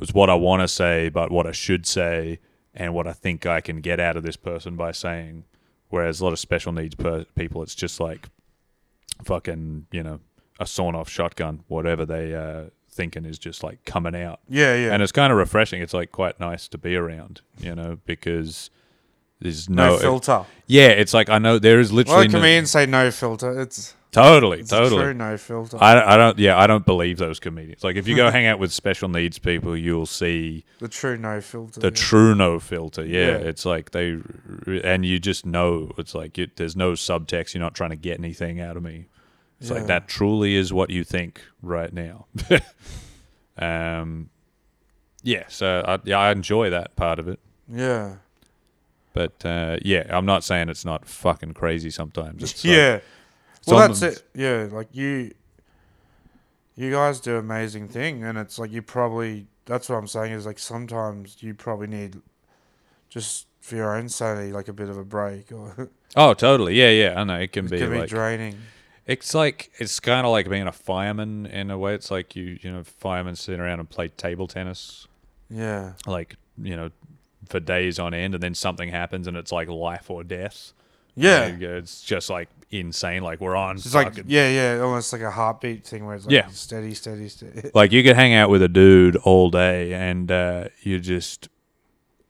Speaker 3: it's what I want to say, but what I should say, and what I think I can get out of this person by saying. Whereas a lot of special needs per- people, it's just like fucking you know a sawn off shotgun, whatever they uh, thinking is just like coming out.
Speaker 2: Yeah, yeah.
Speaker 3: And it's kind of refreshing. It's like quite nice to be around, you know, because there's
Speaker 2: no
Speaker 3: no,
Speaker 2: filter.
Speaker 3: yeah, it's like I know there is
Speaker 2: Well,
Speaker 3: literally no-
Speaker 2: comedians say no filter. It's,
Speaker 3: totally,
Speaker 2: it's a
Speaker 3: totally.
Speaker 2: true no filter.
Speaker 3: I, I don't yeah I don't believe those comedians. Like if you
Speaker 2: <laughs>
Speaker 3: go hang out with special needs people, you'll see
Speaker 2: the true no filter.
Speaker 3: the
Speaker 2: Oh, yeah.
Speaker 3: true no filter. Yeah,
Speaker 2: Yeah.
Speaker 3: it's like they and you just know it's like you, there's no subtext. You're not trying to get anything out of me. It's
Speaker 2: Yeah.
Speaker 3: like that truly is what you think right now. <laughs> um, yeah. So I, yeah, I enjoy that part of it.
Speaker 2: yeah.
Speaker 3: But uh, yeah, I'm not saying it's not fucking crazy sometimes. It's like-
Speaker 2: yeah. Well, that's
Speaker 3: sometimes-
Speaker 2: it. Yeah, like you, you guys do amazing thing, and it's like you probably. That's what I'm saying is like sometimes you probably need, just for your own sanity, like a bit of a break, or <laughs>
Speaker 3: Oh, totally. Yeah, yeah. I know it can
Speaker 2: it
Speaker 3: be
Speaker 2: can be
Speaker 3: like
Speaker 2: draining.
Speaker 3: It's like it's kind of like being a fireman in a way. It's like you you know firemen sit around and play table tennis
Speaker 2: Yeah,
Speaker 3: like you know for days on end, and then something happens and it's like life or death.
Speaker 2: yeah.
Speaker 3: Like, it's just like insane. Like we're on.
Speaker 2: It's like
Speaker 3: fucking-
Speaker 2: yeah, yeah, almost like a heartbeat thing where it's like
Speaker 3: Yeah.
Speaker 2: steady, steady, steady. <laughs>
Speaker 3: like you could hang out with a dude all day and uh, you're just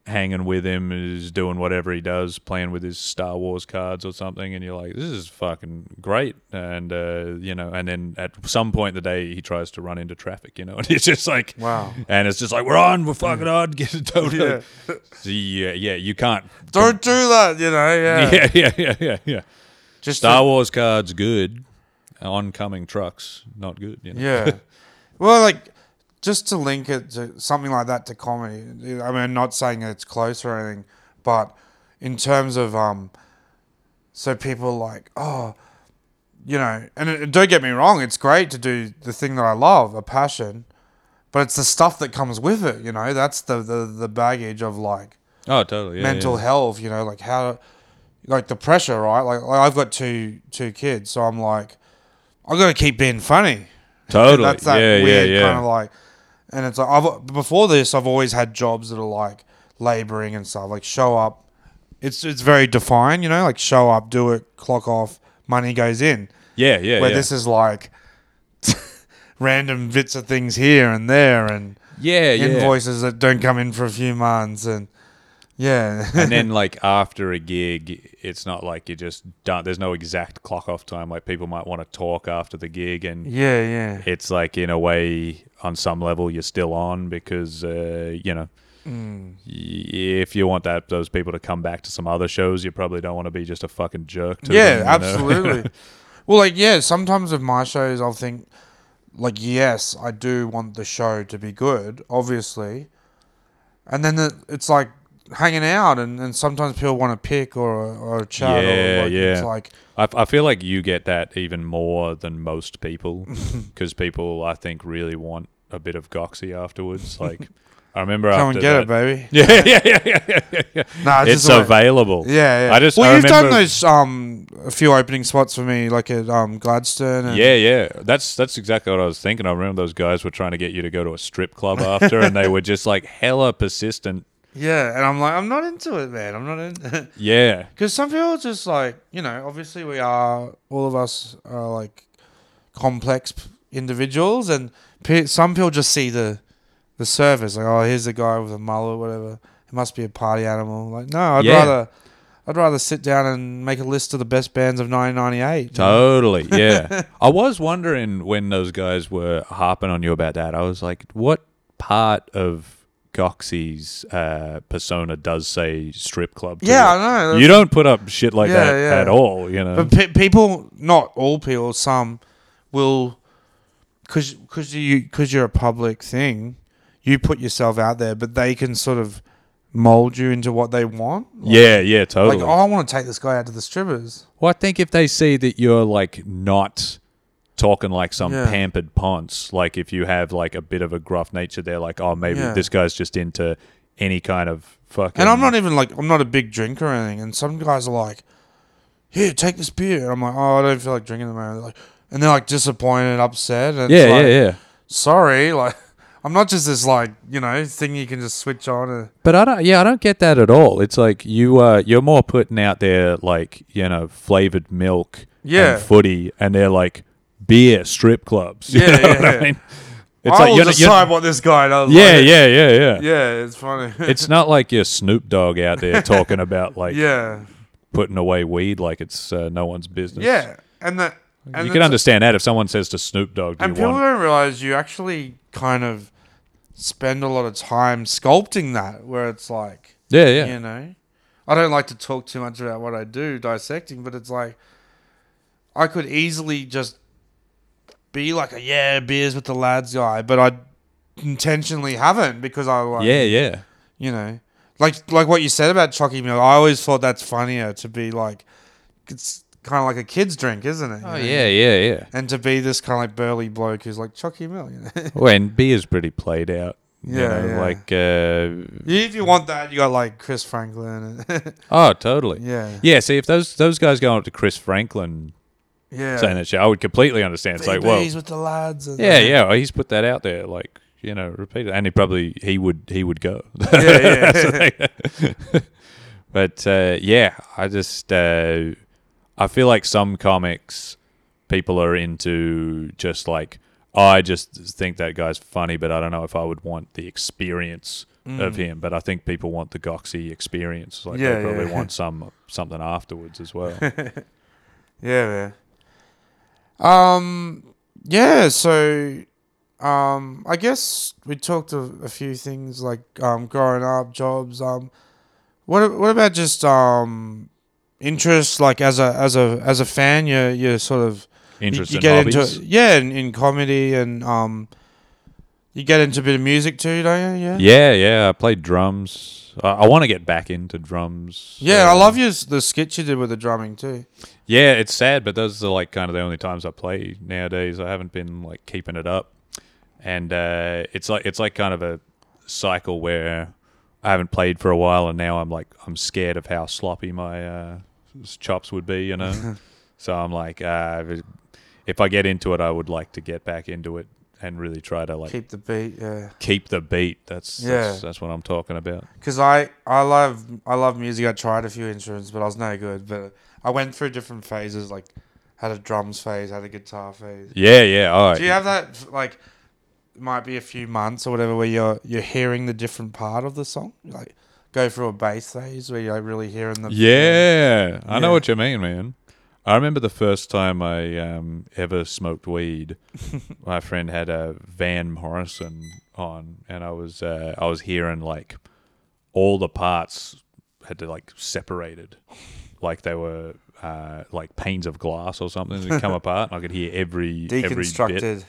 Speaker 3: hanging with him is doing whatever he does playing with his star wars cards or something and you're like this is fucking great and uh, you know and then at some point in the day he tries to run into traffic you know <laughs> and it's just like
Speaker 2: Wow. Mm.
Speaker 3: and it's just like we're on we're fucking on <laughs> get it totally
Speaker 2: Yeah.
Speaker 3: So, yeah yeah you can't
Speaker 2: Don't do that, you know. Yeah,
Speaker 3: <laughs> yeah yeah yeah yeah yeah
Speaker 2: just
Speaker 3: star wars cards good oncoming trucks not good you know
Speaker 2: Yeah. <laughs> well, like just to link it to something like that to comedy. I mean, I'm not saying it's close or anything, but in terms of um, so people are like oh, you know, and it, don't get me wrong, it's great to do the thing that I love, a passion, but it's the stuff that comes with it. You know, that's the the, the baggage of like
Speaker 3: oh totally yeah,
Speaker 2: mental
Speaker 3: yeah.
Speaker 2: health you know like how like the pressure right like, like i've got two two kids so i'm like i've got to keep being funny
Speaker 3: Totally.
Speaker 2: that's that
Speaker 3: yeah,
Speaker 2: weird
Speaker 3: yeah, yeah.
Speaker 2: kind of like and it's like i've before this i've always had jobs that are like laboring and stuff like show up it's it's very defined you know like show up do it clock off money goes in
Speaker 3: yeah, yeah,
Speaker 2: where
Speaker 3: yeah.
Speaker 2: this is like <laughs> random bits of things here and there and
Speaker 3: yeah, yeah.
Speaker 2: invoices that don't come in for a few months and yeah <laughs>
Speaker 3: and then like after a gig, it's not like you just done. There's no exact clock off time. Like people might want to talk after the gig, and
Speaker 2: Yeah, yeah.
Speaker 3: it's like in a way, on some level, you're still on because uh, you know.
Speaker 2: Mm.
Speaker 3: y- If you want that those people to come back to some other shows, you probably don't want to be just a fucking jerk to
Speaker 2: yeah,
Speaker 3: them. you know? <laughs>
Speaker 2: absolutely. well, like, yeah, sometimes with my shows, I'll think, like, yes, I do want the show to be good, obviously. And then the, it's like hanging out, and, and sometimes people want a pick or a, or a chat.
Speaker 3: Yeah,
Speaker 2: or like, It's
Speaker 3: yeah.
Speaker 2: like,
Speaker 3: I, I feel like you get that even more than
Speaker 2: <laughs>
Speaker 3: most people because people, I think, really want a bit of goxy afterwards. Like, I remember
Speaker 2: come
Speaker 3: after
Speaker 2: and get it,
Speaker 3: that,
Speaker 2: baby.
Speaker 3: <laughs> Yeah, yeah, yeah, yeah, yeah, yeah, yeah.
Speaker 2: Nah,
Speaker 3: It's,
Speaker 2: just the way-
Speaker 3: available.
Speaker 2: Yeah, yeah.
Speaker 3: I just-
Speaker 2: well,
Speaker 3: I
Speaker 2: you've done
Speaker 3: remember-
Speaker 2: those um a few opening spots for me, like at um Gladstone. And,
Speaker 3: Yeah, yeah. That's that's exactly what I was thinking. I remember those guys were trying to get you to go to a
Speaker 2: <laughs>
Speaker 3: strip club after, and they were just like hella persistent.
Speaker 2: yeah. And I'm like, I'm not into it, man. I'm not in. <laughs>
Speaker 3: Yeah,
Speaker 2: Because some people just like, you know, obviously we are, all of us are like complex p- individuals, and pe- some people just see the the service, like, oh, here's the guy with a mullet, whatever. It must be a party animal. Like, no, I'd
Speaker 3: Yeah.
Speaker 2: rather. I'd rather sit down and make a list of the best bands of 1998.
Speaker 3: totally.
Speaker 2: <laughs>
Speaker 3: Yeah, I was wondering when those guys were harping on you about that. I was like, what part of Goxy's uh, persona does say strip club? to
Speaker 2: yeah,
Speaker 3: you?
Speaker 2: I know.
Speaker 3: you don't put up shit like
Speaker 2: Yeah,
Speaker 3: that
Speaker 2: yeah.
Speaker 3: at all. You know,
Speaker 2: But pe- people, not all people, some will, because cause you because you're a public thing, you put yourself out there, but they can sort of mold you into what they want. Like,
Speaker 3: yeah, yeah, totally.
Speaker 2: like oh, I want to take this guy out to the strippers.
Speaker 3: Well, I think if they see that you're like not talking like some
Speaker 2: Yeah.
Speaker 3: pampered ponce, like if you have like a bit of a gruff nature, they're like, oh, maybe
Speaker 2: Yeah.
Speaker 3: this guy's just into any kind of fucking.
Speaker 2: And I'm not even like I'm not a big drinker or anything. And some guys are like, "Here, take this beer." And I'm like, "Oh, I don't feel like drinking at the moment." They're like, and they're like disappointed, upset. And
Speaker 3: Yeah,
Speaker 2: it's like,
Speaker 3: yeah, yeah.
Speaker 2: Sorry, <laughs> like I'm not just this like you know thing you can just switch on. And,
Speaker 3: But I don't. Yeah, I don't get that at all. It's like you. Uh, you're more putting out there like you know flavored milk.
Speaker 2: Yeah.
Speaker 3: And footy, and they're like. beer strip clubs. <laughs> You
Speaker 2: Yeah,
Speaker 3: know what
Speaker 2: yeah,
Speaker 3: I
Speaker 2: yeah.
Speaker 3: mean?
Speaker 2: It's
Speaker 3: It's
Speaker 2: I
Speaker 3: like
Speaker 2: will
Speaker 3: you're, not- you're-
Speaker 2: decide what this guy does.
Speaker 3: yeah,
Speaker 2: like,
Speaker 3: yeah, yeah, yeah,
Speaker 2: yeah. It's funny.
Speaker 3: It's not like you're Snoop Dogg out there talking about like
Speaker 2: <laughs> yeah,
Speaker 3: putting away weed like it's uh, no one's business.
Speaker 2: yeah, and the and
Speaker 3: you can
Speaker 2: it's-
Speaker 3: understand that if someone says to Snoop Dogg, "Do you
Speaker 2: And people
Speaker 3: want?"
Speaker 2: don't realize you actually kind of spend a lot of time sculpting that, where it's like,
Speaker 3: Yeah, yeah,
Speaker 2: you know, I don't like to talk too much about what I do dissecting, but it's like I could easily just be like a yeah beers with the lads guy, but I intentionally haven't because I like
Speaker 3: yeah, yeah.
Speaker 2: you know, like like what you said about Chucky Milk. I always thought that's funnier to be like, it's kind of like a kid's drink, isn't it? you
Speaker 3: Oh
Speaker 2: know?
Speaker 3: yeah, yeah, yeah.
Speaker 2: <laughs> And to be this kind of like burly bloke who's like Chucky Milk.
Speaker 3: <laughs>
Speaker 2: You know?
Speaker 3: Well, and beer's pretty played out. You
Speaker 2: Yeah,
Speaker 3: know,
Speaker 2: yeah.
Speaker 3: like uh,
Speaker 2: if you want that, you got like Chris Franklin. <laughs> And
Speaker 3: oh, totally.
Speaker 2: yeah,
Speaker 3: Yeah, see if those those guys going up to Chris Franklin
Speaker 2: yeah.
Speaker 3: saying that shit, I would completely understand. It's like, well,
Speaker 2: He's with the lads. and-
Speaker 3: yeah, yeah, well, he's put that out there, like you know, repeat it, and he probably he would he would go.
Speaker 2: <laughs>
Speaker 3: <laughs>
Speaker 2: yeah.
Speaker 3: So, like- <laughs> but uh, yeah, I just uh, I feel like some comics people are into just like oh, I just think that guy's funny, but I don't know if I would want the experience
Speaker 2: Mm.
Speaker 3: of him. But I think people want the Goxy experience. Like
Speaker 2: Yeah,
Speaker 3: they probably
Speaker 2: yeah.
Speaker 3: want some something afterwards as
Speaker 2: <laughs>
Speaker 3: well.
Speaker 2: Yeah, man. Um, yeah. So, um, I guess we talked a, a few things like um, growing up, jobs. Um, what what about just um, interests? Like as a as a as a fan, you you sort of
Speaker 3: Interest
Speaker 2: you, you
Speaker 3: in
Speaker 2: get
Speaker 3: hobbies.
Speaker 2: into yeah, in, in comedy and um, you get into a bit of music too, don't you? Yeah.
Speaker 3: yeah, yeah. I played drums. I, I want to get back into drums.
Speaker 2: Yeah, I
Speaker 3: Uh,
Speaker 2: love your s- the skit you did with the drumming too.
Speaker 3: Yeah, it's sad, but those are like kind of the only times I play nowadays. I haven't been like keeping it up, and uh, it's like it's like kind of a cycle where I haven't played for a while, and now I'm like I'm scared of how sloppy my uh, s- chops would be,
Speaker 2: <laughs>
Speaker 3: you know. so I'm like, uh, if- if I get into it, I would like to get back into it and really try to like
Speaker 2: Keep
Speaker 3: keep,
Speaker 2: the beat, yeah.
Speaker 3: the beat. That's,
Speaker 2: Yeah.
Speaker 3: that's that's what I'm talking about.
Speaker 2: Cause I I love I love music. I tried a few instruments, but I was no good. But I went through different phases. Like had a drums phase, had a guitar phase.
Speaker 3: Yeah, yeah. All right.
Speaker 2: Do you have that like? Might be a few months or whatever where you're you're hearing the different part of the song. Like go through a bass phase where you're really hearing the
Speaker 3: Yeah, I
Speaker 2: Yeah.
Speaker 3: know what you mean, man. I remember the first time I um, ever
Speaker 2: <laughs>
Speaker 3: smoked weed. my friend had a Van Morrison on, and I was uh, I was hearing like all the parts had to like separated, like they were uh, like panes of glass or something
Speaker 2: <laughs>
Speaker 3: that come apart. And I could hear every every bit.
Speaker 2: deconstructed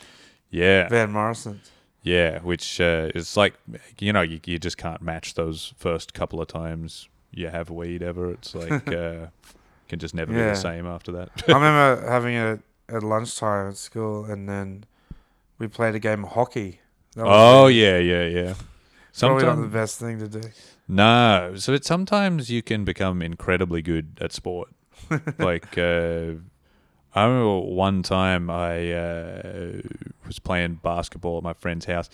Speaker 3: Yeah,
Speaker 2: Van Morrison.
Speaker 3: yeah, which uh, is like you know you, you just can't match those first couple of times you have weed ever.
Speaker 2: <laughs>
Speaker 3: It's like uh, can just never be
Speaker 2: Yeah.
Speaker 3: the same
Speaker 2: <laughs>
Speaker 3: after that.
Speaker 2: I remember having it at lunchtime at school, and then we played a game of hockey. That
Speaker 3: <laughs> oh yeah, yeah, yeah. Oh,
Speaker 2: probably not the
Speaker 3: Sometimes
Speaker 2: best thing to do.
Speaker 3: no, so it's sometimes you can become incredibly good at
Speaker 2: <laughs>
Speaker 3: sport. like uh, I remember one time I uh, was playing basketball at my friend's house,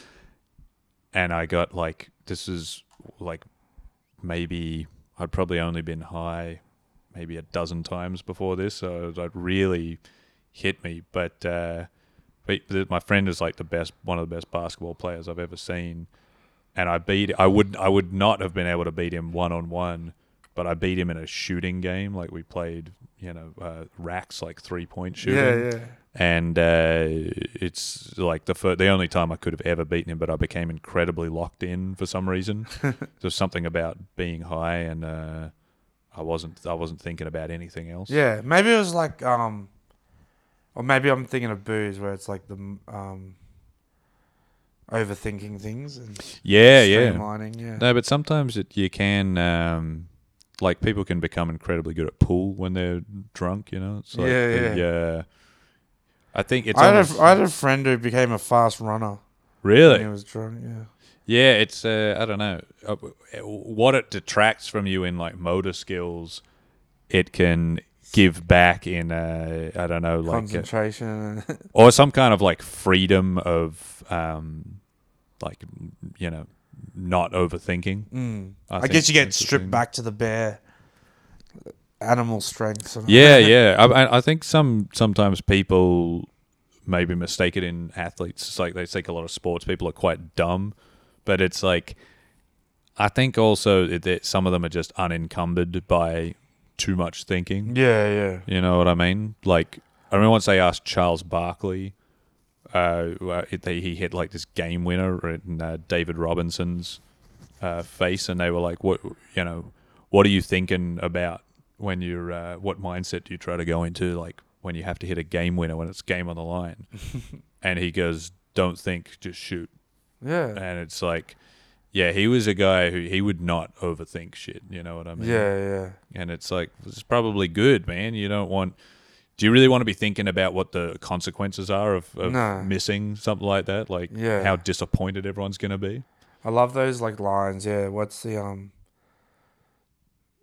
Speaker 3: and I got like this is like maybe I'd probably only been high maybe a dozen times before this, so that really hit me. But uh, but th- my friend is like the best, one of the best basketball players I've ever seen, and I beat I would I would not have been able to beat him one on one, but I beat him in a shooting game. Like we played, you know, uh, racks like three point shooting
Speaker 2: Yeah, yeah.
Speaker 3: and uh, it's like the fir- the only time I could have ever beaten him, but I became incredibly locked in for
Speaker 2: <laughs>
Speaker 3: some reason. There's something about being high, and uh, I wasn't I wasn't thinking about anything else.
Speaker 2: Yeah, maybe it was like, um, or maybe I'm thinking of booze, where it's like the um, overthinking things and
Speaker 3: yeah, yeah.
Speaker 2: streamlining. Yeah,
Speaker 3: No, but sometimes it, you can um, like people can become incredibly good at pool when they're drunk. You know, it's like
Speaker 2: Yeah,
Speaker 3: the,
Speaker 2: yeah.
Speaker 3: uh, I think it's
Speaker 2: I had,
Speaker 3: almost-
Speaker 2: a, I had a friend who became a fast runner when
Speaker 3: really
Speaker 2: he was drunk. Yeah,
Speaker 3: Yeah, it's uh, I don't know Uh, what it detracts from you in like motor skills. It can give back in uh, I don't know like uh,
Speaker 2: concentration. and- <laughs>
Speaker 3: or some kind of like freedom of um, like you know not overthinking.
Speaker 2: Mm. I,
Speaker 3: think
Speaker 2: guess you get
Speaker 3: that's the
Speaker 2: stripped
Speaker 3: thing.
Speaker 2: back to the bare animal strength. and-
Speaker 3: Yeah, yeah. I- I, I think some sometimes people maybe mistake it in athletes. It's like they think a lot of sports people are quite dumb, but it's like I think also it, that some of them are just unencumbered by too much thinking.
Speaker 2: Yeah, yeah.
Speaker 3: You know what I mean? Like I remember once they asked Charles Barkley, uh, well, it- they, he hit like this game winner in uh, David Robinson's uh, face, and they were like, "What you know? What are you thinking about when you're? Uh, what mindset do you try to go into like when you have to hit a game winner when it's game on the line?" and he goes, "Don't think, just shoot."
Speaker 2: Yeah.
Speaker 3: And it's like, yeah, he was a guy who he would not overthink shit. You know what I mean?
Speaker 2: Yeah, yeah.
Speaker 3: And it's like, this is probably good, man. You don't want. Do you really want to be thinking about what the consequences are of, of
Speaker 2: No.
Speaker 3: missing something like that? Like
Speaker 2: Yeah.
Speaker 3: how disappointed everyone's going to be? <laughs>
Speaker 2: I love those like lines. Yeah. What's the um?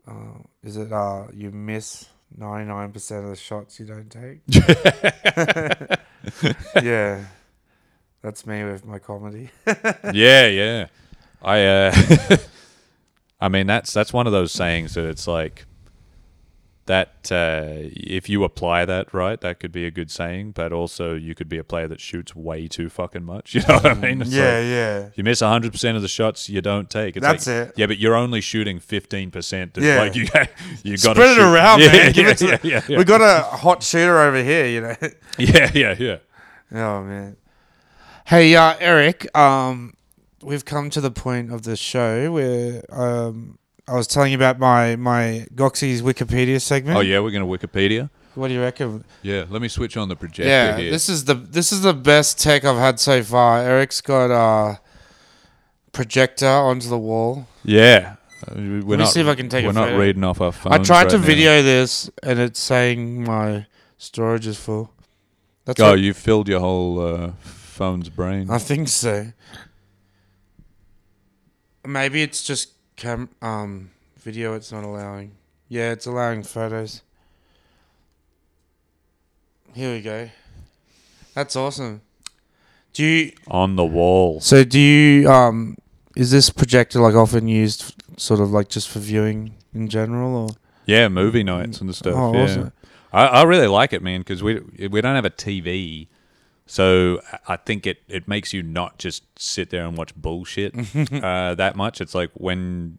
Speaker 2: Uh, is it uh? You miss ninety nine percent of the shots you don't <laughs> take. yeah, that's me with my comedy. <laughs>
Speaker 3: yeah, yeah. I, uh, <laughs> I mean, that's that's one of those sayings that it's like that. Uh, if you apply that right, that could be a good saying. But also, you could be a player that shoots way too fucking much. <laughs> You know what I mean? It's
Speaker 2: yeah,
Speaker 3: like,
Speaker 2: yeah.
Speaker 3: You miss 100% of the shots you don't take. It's
Speaker 2: That's
Speaker 3: like,
Speaker 2: it.
Speaker 3: Yeah, but you're only shooting 15%. It's
Speaker 2: Yeah.
Speaker 3: Like you got, you got
Speaker 2: Spread it around,
Speaker 3: yeah,
Speaker 2: man.
Speaker 3: Yeah,
Speaker 2: Give it to
Speaker 3: yeah,
Speaker 2: the-
Speaker 3: yeah, yeah.
Speaker 2: We got a hot shooter over here, you know.
Speaker 3: <laughs> yeah, yeah, yeah.
Speaker 2: <laughs> Oh man. Hey, uh, Eric. Um, we've come to the point of the show where um, I was telling you about my my Goxie's Wikipedia segment.
Speaker 3: Oh, yeah, we're going to Wikipedia.
Speaker 2: What do you reckon?
Speaker 3: Yeah, let me switch on the projector
Speaker 2: Yeah,
Speaker 3: here.
Speaker 2: this is the this is the best tech I've had so far. Eric's got a projector onto the wall.
Speaker 3: yeah. Uh, We're
Speaker 2: me
Speaker 3: not,
Speaker 2: see if I can take a
Speaker 3: We're not
Speaker 2: photo.
Speaker 3: reading off our phone.
Speaker 2: I tried to video this, and it's saying my storage is full. That's
Speaker 3: Oh,
Speaker 2: what-
Speaker 3: you filled your whole uh, phone's brain.
Speaker 2: I think so. Maybe it's just cam um video. It's not allowing. Yeah, it's allowing photos. Here we go. That's awesome. Do you
Speaker 3: on the wall.
Speaker 2: So do you um is this projector like often used f- sort of like just for viewing in general or
Speaker 3: Yeah, movie nights and stuff.
Speaker 2: Oh,
Speaker 3: yeah.
Speaker 2: awesome.
Speaker 3: I, I really like it, man, because we we don't have a TV, so I- I think it it makes you not just sit there and watch
Speaker 2: <laughs>
Speaker 3: bullshit uh, that much. It's like when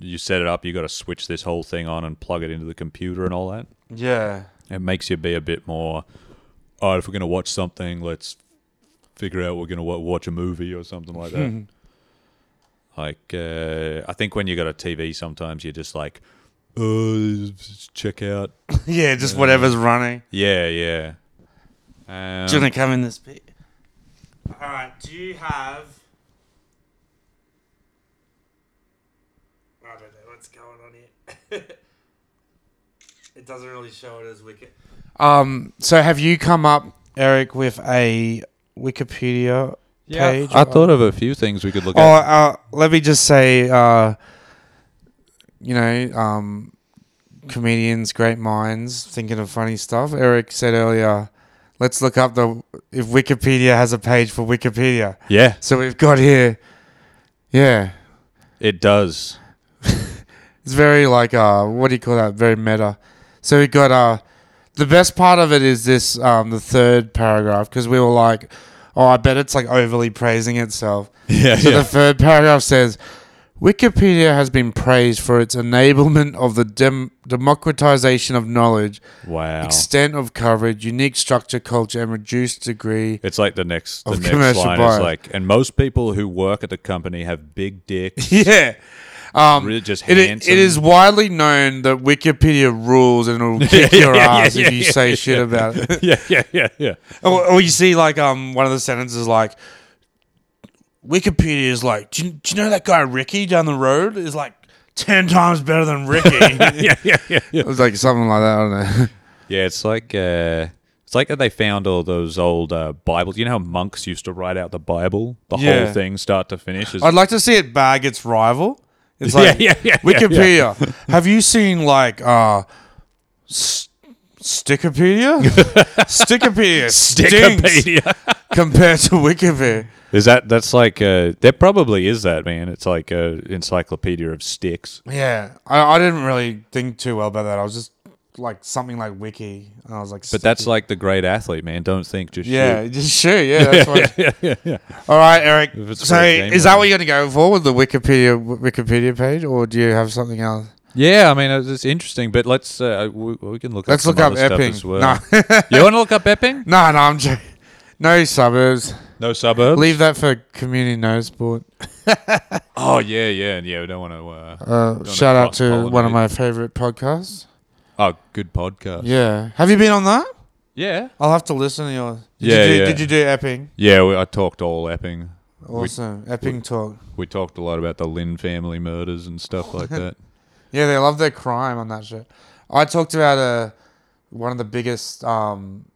Speaker 3: you set it up, you got to switch this whole thing on and plug it into the computer and all that.
Speaker 2: Yeah.
Speaker 3: It makes you be a bit more. All right, if we're gonna watch something, let's figure out we're gonna wa- watch a movie or something like that.
Speaker 2: <laughs>
Speaker 3: like, uh, I think when you got a TV, sometimes you're just like, uh, check out.
Speaker 2: <laughs> yeah, just whatever's running.
Speaker 3: Yeah, yeah. Um,
Speaker 2: It's gonna come in this bit. Alright, do you have I don't know what's going on here. <laughs> it doesn't really show it as wicked. Um so have you come up, Eric, with a Wikipedia page?
Speaker 3: I thought of a few things we could look
Speaker 2: Or
Speaker 3: at.
Speaker 2: uh, let me just say, uh, you know, um, comedians, great minds, thinking of funny stuff. Eric said earlier, let's look up the if Wikipedia has a page for Wikipedia.
Speaker 3: Yeah,
Speaker 2: So we've got here, yeah, <laughs>
Speaker 3: it does.
Speaker 2: it's very like uh, what do you call that? Very meta. So we got uh, the best part of it is this um, the third paragraph because we were like, oh, I bet it's like overly praising itself.
Speaker 3: Yeah,
Speaker 2: So
Speaker 3: yeah.
Speaker 2: the third paragraph says Wikipedia has been praised for its enablement of the dem- democratization of knowledge,
Speaker 3: wow.
Speaker 2: extent of coverage, unique structure, culture, and reduced degree.
Speaker 3: It's like the next the
Speaker 2: Of
Speaker 3: next
Speaker 2: commercial
Speaker 3: line
Speaker 2: bias.
Speaker 3: is like, and most people who work at the company have big
Speaker 2: <laughs>
Speaker 3: dicks.
Speaker 2: yeah. Um,
Speaker 3: Really just
Speaker 2: it, it
Speaker 3: handsome.
Speaker 2: is widely known that Wikipedia rules and <laughs> it'll kick your ass if you say shit about it.
Speaker 3: <laughs> yeah, yeah, yeah, yeah.
Speaker 2: <laughs> Or, or you see, like, um, one of the sentences like, Wikipedia is like, do you, do you know that guy Ricky down the road is like 10 times better than Ricky? <laughs>
Speaker 3: yeah, yeah, yeah, yeah.
Speaker 2: It was like something like that. I don't know.
Speaker 3: Yeah, it's like uh, it's like that they found all those old uh, Bibles. You know how monks used to write out the Bible, the
Speaker 2: Yeah.
Speaker 3: whole thing, start to finish. Is,
Speaker 2: I'd like to see it bag its rival. It's
Speaker 3: <laughs> Yeah,
Speaker 2: like
Speaker 3: yeah, yeah, yeah, <laughs>
Speaker 2: Wikipedia. Have you seen like uh, S-
Speaker 3: <laughs>
Speaker 2: Stickopedia? Stickopedia. stinks
Speaker 3: Wikipedia.
Speaker 2: compared to Wikipedia.
Speaker 3: <laughs> is that that's like uh, there probably is that man. It's like a encyclopedia of sticks.
Speaker 2: Yeah, I, I didn't really think too well about that. I was just like something like wiki, and I was like,
Speaker 3: But that's like the great athlete, man. Don't think, just
Speaker 2: yeah,
Speaker 3: shoot. <laughs>
Speaker 2: just sure, yeah, that's what.
Speaker 3: yeah, yeah, yeah.
Speaker 2: All right, Eric.
Speaker 3: If it's
Speaker 2: So,
Speaker 3: for a game
Speaker 2: is that
Speaker 3: mode.
Speaker 2: what you're going to go for with the Wikipedia Wikipedia page, or do you have something else?
Speaker 3: Yeah, I mean it's, it's interesting, but let's uh, we, we can look.
Speaker 2: Let's
Speaker 3: up
Speaker 2: look up
Speaker 3: some other stuff
Speaker 2: Epping.
Speaker 3: as well.
Speaker 2: No,
Speaker 3: <laughs> you want to look
Speaker 2: <laughs>
Speaker 3: up Epping?
Speaker 2: no, no, I'm joking. No suburbs.
Speaker 3: No suburbs.
Speaker 2: Leave that for community no sport.
Speaker 3: Oh yeah, yeah, yeah. We don't want to. Uh,
Speaker 2: Uh,
Speaker 3: to
Speaker 2: shout out to
Speaker 3: cross-pollinate.
Speaker 2: one of my favorite podcasts.
Speaker 3: oh, good podcast.
Speaker 2: Yeah, have you been on that?
Speaker 3: yeah,
Speaker 2: I'll have to listen to yours. Did
Speaker 3: Yeah,
Speaker 2: you do,
Speaker 3: yeah.
Speaker 2: Did you do Epping?
Speaker 3: yeah. We, I talked all Epping.
Speaker 2: Awesome, Epping talk.
Speaker 3: We talked a lot about the Lynn family murders and stuff <laughs> like that.
Speaker 2: Yeah, they love their crime on that shit. I talked about uh, one of the biggest um,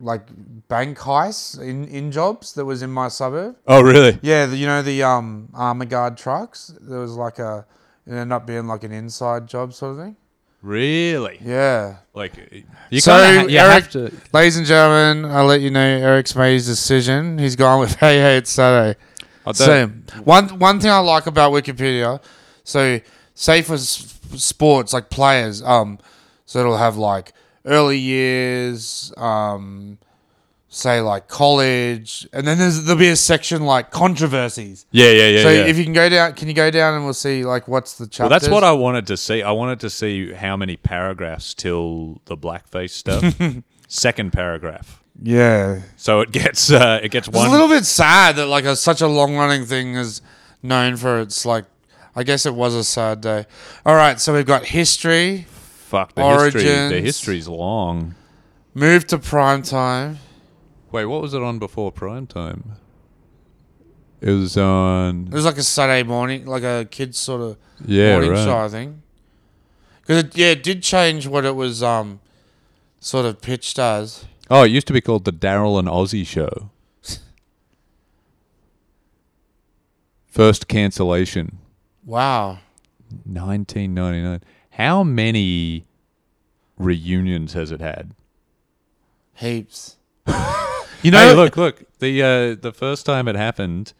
Speaker 2: like bank heists in, in jobs that was in my suburb.
Speaker 3: Oh really?
Speaker 2: Yeah, the, you know the um, armor guard trucks. There was like a it ended up being like an inside job sort of thing.
Speaker 3: Really?
Speaker 2: Yeah.
Speaker 3: Like you
Speaker 2: So,
Speaker 3: kind of you
Speaker 2: Eric-
Speaker 3: have to.
Speaker 2: Ladies and gentlemen, I'll let you know Eric's made his decision. He's gone with <laughs> hey hey it's Saturday.
Speaker 3: I don't-
Speaker 2: Same. One one thing I like about Wikipedia, so say for s- sports like players, um, so it'll have like early years, um, say like college, and then there's, there'll be a section like controversies.
Speaker 3: Yeah, yeah, yeah.
Speaker 2: so
Speaker 3: yeah.
Speaker 2: if you can go down, can you go down and we'll see like what's the chapter?
Speaker 3: Well, that's what I wanted to see. I wanted to see how many paragraphs till the blackface <laughs> stuff. Second paragraph.
Speaker 2: Yeah,
Speaker 3: So it gets uh, it gets
Speaker 2: it's
Speaker 3: one.
Speaker 2: a little bit sad that like a, such a long running thing is known for its like. I guess it was a sad day. All right, so we've got history.
Speaker 3: fuck the history. The
Speaker 2: origins.
Speaker 3: history's long.
Speaker 2: Move to prime time.
Speaker 3: Wait, what was it on before prime time? It was on.
Speaker 2: It was like a Saturday morning, like a kids sort of
Speaker 3: Yeah,
Speaker 2: morning
Speaker 3: right.
Speaker 2: show, I think. Because it, yeah, it did change what it was um sort of pitched as.
Speaker 3: Oh, it used to be called the Daryl and Ozzy Show. <laughs> First cancellation,
Speaker 2: Wow.
Speaker 3: 1999. How many reunions has it had?
Speaker 2: Heaps.
Speaker 3: You
Speaker 2: know-
Speaker 3: hey, look, look. The uh, the first time it happened,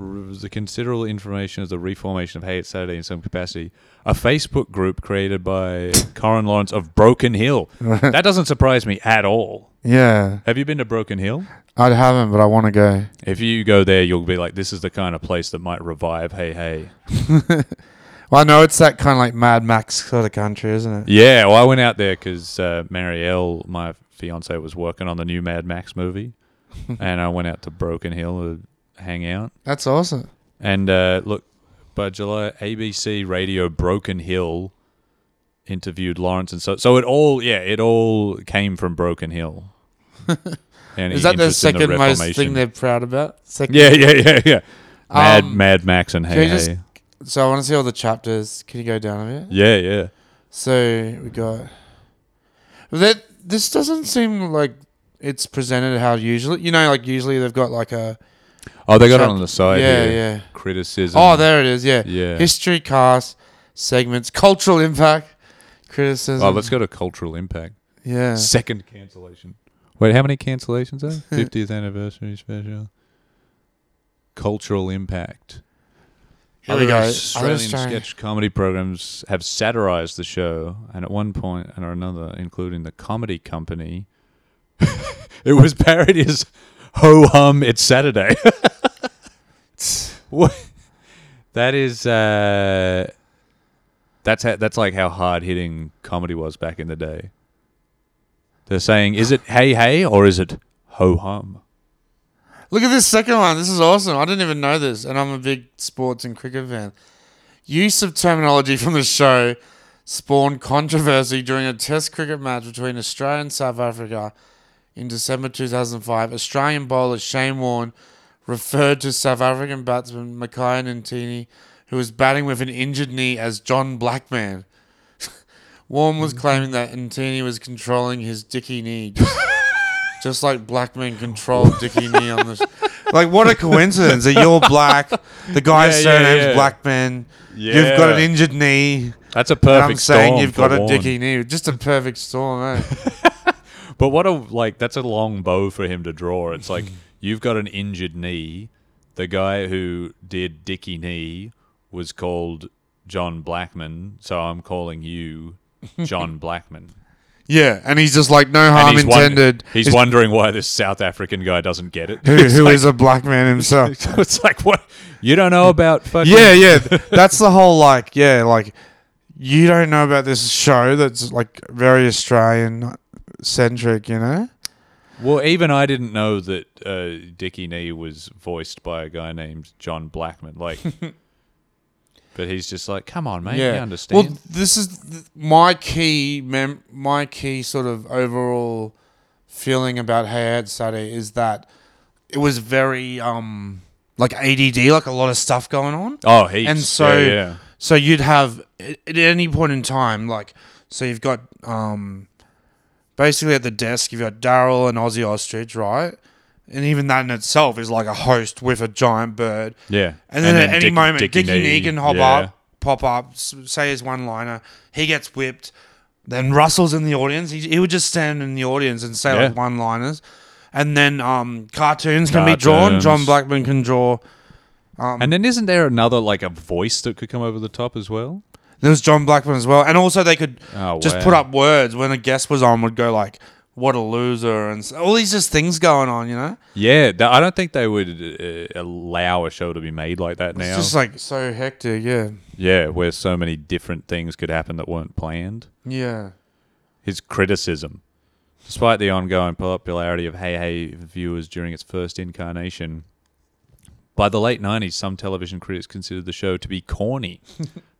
Speaker 3: r- was the considerable information of the reformation of Hey It's Saturday in some capacity. A Facebook group created by Corin Lawrence of Broken Hill. That doesn't surprise me at all.
Speaker 2: Yeah.
Speaker 3: Have you been to Broken Hill?
Speaker 2: I haven't, but I want to go.
Speaker 3: If you go there, you'll be like, this is the kind of place that might revive Hey Hey.
Speaker 2: Well, I know it's that kind of like Mad Max sort of country, isn't it?
Speaker 3: Yeah, well, I went out there because uh, Marielle, my fiance, was working on the new Mad Max <laughs> movie. and I went out to Broken Hill to hang out.
Speaker 2: That's awesome.
Speaker 3: And uh, look, by July, ABC Radio Broken Hill interviewed Lawrence, and so so it all yeah, it all came from Broken Hill. <laughs> And
Speaker 2: Is that the
Speaker 3: interest in
Speaker 2: second most
Speaker 3: Reformation.
Speaker 2: thing they're proud about? Second.
Speaker 3: Yeah, yeah, yeah, yeah. Mad
Speaker 2: Um,
Speaker 3: Mad Max and
Speaker 2: can you
Speaker 3: Hey
Speaker 2: just-
Speaker 3: Hey.
Speaker 2: So I want to see all the chapters. Can you go down a bit?
Speaker 3: Yeah, yeah.
Speaker 2: So we got that. This doesn't seem like it's presented how usually. You know, like usually they've got like a
Speaker 3: Oh, they got
Speaker 2: Chap-
Speaker 3: it on the side.
Speaker 2: yeah,
Speaker 3: here.
Speaker 2: yeah.
Speaker 3: Criticism.
Speaker 2: Oh, there it is. Yeah,
Speaker 3: Yeah.
Speaker 2: History, cast, segments, cultural impact, criticism.
Speaker 3: Oh, let's go to cultural impact.
Speaker 2: Yeah.
Speaker 3: Second cancellation. Wait, how many cancellations are?
Speaker 2: <laughs>
Speaker 3: Fiftieth anniversary special. Cultural impact.
Speaker 2: Here we go. Other
Speaker 3: Australian
Speaker 2: Australian-
Speaker 3: sketch comedy programs have satirized the show, and at one point and or another, including the Comedy Company, <laughs> it was parodied as "Ho hum, it's Saturday." <laughs> what? That is. Uh, that's how, that's like how hard hitting comedy was back in the day. They're saying, "Is it hey hey or is it ho hum?"
Speaker 2: Look at this second one. This is awesome. I didn't even know this, and I'm a big sports and cricket fan. Use of terminology from the show spawned controversy during a Test cricket match between Australia and South Africa in December 2005. Australian bowler Shane Warne referred to South African batsman Mackay Nantini, who was batting with an injured knee, as John Blackman. <laughs> Warne was claiming that Nantini was controlling his dicky knee. Just, just like Blackman controlled dicky knee on the. Like, what a coincidence that you're black, the guy's
Speaker 3: Yeah, yeah,
Speaker 2: surname's
Speaker 3: yeah.
Speaker 2: Blackman, you've got an
Speaker 3: Yeah.
Speaker 2: injured knee.
Speaker 3: That's a
Speaker 2: and
Speaker 3: perfect.
Speaker 2: I'm saying
Speaker 3: storm
Speaker 2: you've
Speaker 3: for
Speaker 2: got a
Speaker 3: Warren.
Speaker 2: dicky knee. Just a perfect storm, eh? <laughs>
Speaker 3: But what a like that's a long bow for him to draw. It's like you've got an injured knee. The guy who did Dicky Knee was called John Blackman, so I'm calling you John Blackman.
Speaker 2: Yeah, and he's just like no
Speaker 3: And
Speaker 2: harm
Speaker 3: he's, won-
Speaker 2: intended.
Speaker 3: he's
Speaker 2: It's-
Speaker 3: wondering why this South African guy doesn't get it.
Speaker 2: <laughs>
Speaker 3: <laughs>
Speaker 2: who, who is
Speaker 3: It's like,
Speaker 2: a black man himself. <laughs>
Speaker 3: <laughs> it's like what you don't know about fucking
Speaker 2: yeah, yeah. That's the whole like, yeah, like you don't know about this show that's like very Australian centric, you know?
Speaker 3: Well, even I didn't know that uh, Dickie Knee was voiced by a guy named John Blackman. Like, but he's just like, come on, mate, you understand.
Speaker 2: Well, this is th- my key mem- my key sort of overall feeling about Hey Ed Saturday is that it was very um like ADD, like a lot of stuff going on.
Speaker 3: oh, he's
Speaker 2: and so
Speaker 3: yeah, yeah.
Speaker 2: so you'd have at at any point in time like so you've got um basically at the desk you've got daryl and ozzy ostrich right and even that in itself is like a host with a giant bird
Speaker 3: Yeah.
Speaker 2: and then, at any
Speaker 3: Dick-
Speaker 2: moment dickie
Speaker 3: Knee,
Speaker 2: nee can hop
Speaker 3: yeah.
Speaker 2: up pop up s- say his one liner he gets whipped then russell's in the audience he, he would just stand in the audience and say
Speaker 3: Yeah.
Speaker 2: like one liners and then um, cartoons can be drawn. John
Speaker 3: Cartoons.
Speaker 2: Blackman can draw. Um,
Speaker 3: And then isn't there another like a voice that could come over the top as well?
Speaker 2: There was John Blackman as well, and also they could
Speaker 3: Oh,
Speaker 2: just
Speaker 3: wow.
Speaker 2: put up words when a guest was on. Would go like, "What a loser," and s- all these just things going on. You know,
Speaker 3: Yeah, th- I don't think they would uh, allow a show to be made like that
Speaker 2: it's
Speaker 3: now.
Speaker 2: just like so hectic. Yeah,
Speaker 3: yeah, where so many different things could happen that weren't planned.
Speaker 2: yeah,
Speaker 3: his criticism. Despite the ongoing popularity of Hey Hey viewers during its first incarnation, by the late 90s, some television critics considered the show to
Speaker 2: <laughs>
Speaker 3: be corny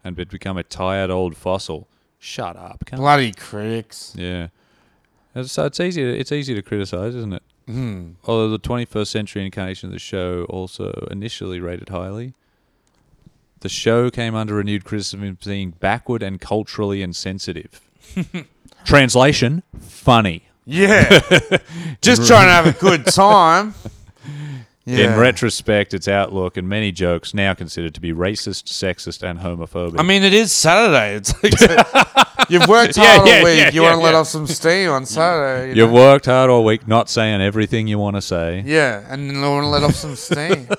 Speaker 3: and had become a tired old fossil. Shut up. Can't
Speaker 2: bloody critics.
Speaker 3: yeah. And So it's easy. It's easy to criticize, isn't it?
Speaker 2: Hmm.
Speaker 3: Mm. Although the 21st century incarnation of the show also initially rated highly, the show came under renewed criticism of being backward and
Speaker 2: <laughs>
Speaker 3: culturally insensitive. Translation: funny. <laughs>
Speaker 2: Yeah, just trying to have a good time. Yeah,
Speaker 3: In retrospect, its outlook and many jokes now considered to be racist, sexist, and homophobic.
Speaker 2: I mean it is Saturday. It's like you've worked
Speaker 3: <laughs> Yeah,
Speaker 2: hard all
Speaker 3: yeah,
Speaker 2: week.
Speaker 3: yeah,
Speaker 2: you
Speaker 3: yeah,
Speaker 2: want to let
Speaker 3: yeah.
Speaker 2: off some steam on Saturday. You
Speaker 3: You've
Speaker 2: know?
Speaker 3: worked hard all week, not saying everything you want to say.
Speaker 2: yeah, and you want to let off some
Speaker 3: <laughs>
Speaker 2: steam.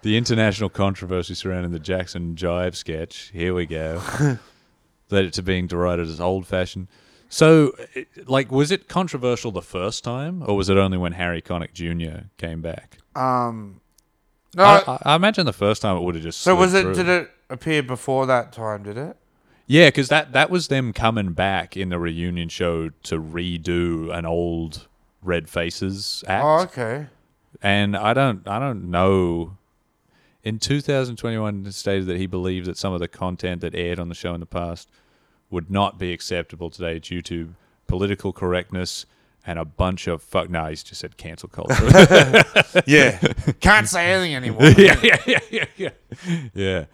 Speaker 3: The international controversy surrounding the Jackson Jive sketch, here we go,
Speaker 2: <laughs>
Speaker 3: led it to being derided as old fashioned. So, it- like, was it controversial the first time, or was it only when Harry Connick Jr. came back?
Speaker 2: Um, no.
Speaker 3: I, I, I imagine the first time it would have just.
Speaker 2: Uh, so was it?
Speaker 3: slid through.
Speaker 2: Did it appear before that time? Did it?
Speaker 3: Yeah, because that, that was them coming back in the reunion show to redo an old Red Faces act.
Speaker 2: Oh,
Speaker 3: <laughs>
Speaker 2: okay.
Speaker 3: and I don't I don't know. In 2021, it stated that he believed that some of the content that aired on the show in the past would not be acceptable today due to political correctness and a bunch of fuck. No, he's just said cancel culture. <laughs>
Speaker 2: Yeah. Can't say anything anymore.
Speaker 3: yeah, yeah, yeah, yeah, yeah. yeah.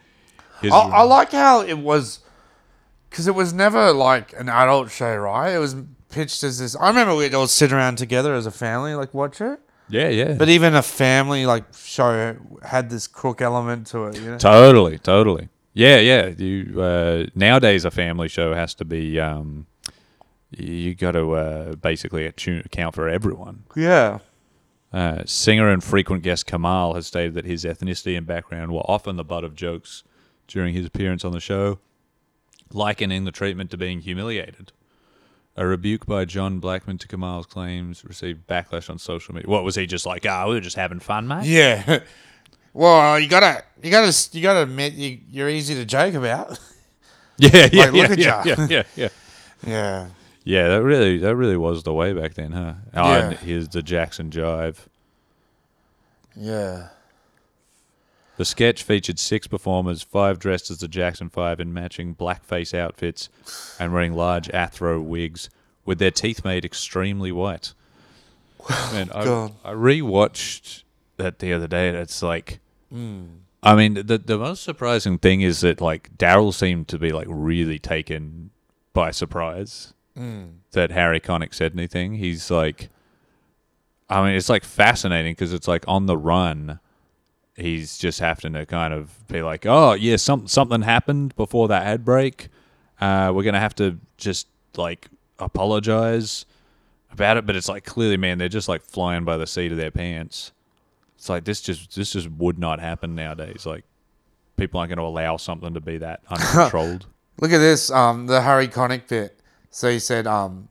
Speaker 3: His-
Speaker 2: I, I like how it was, because it was never like an adult show, right? It was pitched as this. I remember we'd all sit around together as a family, like watch it.
Speaker 3: yeah, yeah.
Speaker 2: But even a family like show had this crook element to it. You know?
Speaker 3: totally, totally. Yeah, yeah. You uh, nowadays a family show has to be. Um, you got to uh, basically attune, account for everyone.
Speaker 2: Yeah.
Speaker 3: Uh, singer and frequent guest Kamal has stated that his ethnicity and background were often the butt of jokes during his appearance on the show, likening the treatment to being humiliated. A rebuke by John Blackman to Kamal's claims received backlash on social media. What was he just like? Ah, we were just having fun, mate.
Speaker 2: Yeah. <laughs> Well, uh, you gotta, you gotta, you gotta admit you, you're easy to joke about. <laughs>
Speaker 3: Yeah, yeah,
Speaker 2: Like, look at
Speaker 3: yeah,
Speaker 2: ya.
Speaker 3: yeah, yeah,
Speaker 2: <laughs>
Speaker 3: yeah.
Speaker 2: Yeah.
Speaker 3: Yeah, that really, that really was the way back then, huh? Oh,
Speaker 2: Yeah.
Speaker 3: and here's the Jackson Jive.
Speaker 2: Yeah.
Speaker 3: The sketch featured six performers, five dressed as the Jackson Five in matching blackface outfits and wearing large afro wigs, with their teeth made extremely white. Man, I,
Speaker 2: God.
Speaker 3: I rewatched that the other day, and it's like, I mean, the the most surprising thing is that like Daryl seemed to be like really taken by surprise that Harry Connick said anything. He's like, I mean, it's like fascinating because it's like on the run he's just having to kind of be like, oh yeah, some, something happened before that ad break. Uh, we're gonna have to just like apologize about it, but it's like clearly, man, they're just like flying by the seat of their pants. It's like this just
Speaker 2: <laughs>
Speaker 3: this just would not happen nowadays. Like people aren't going to allow something to be that uncontrolled.
Speaker 2: Look at this, um, the Harry Connick bit. So he said, um,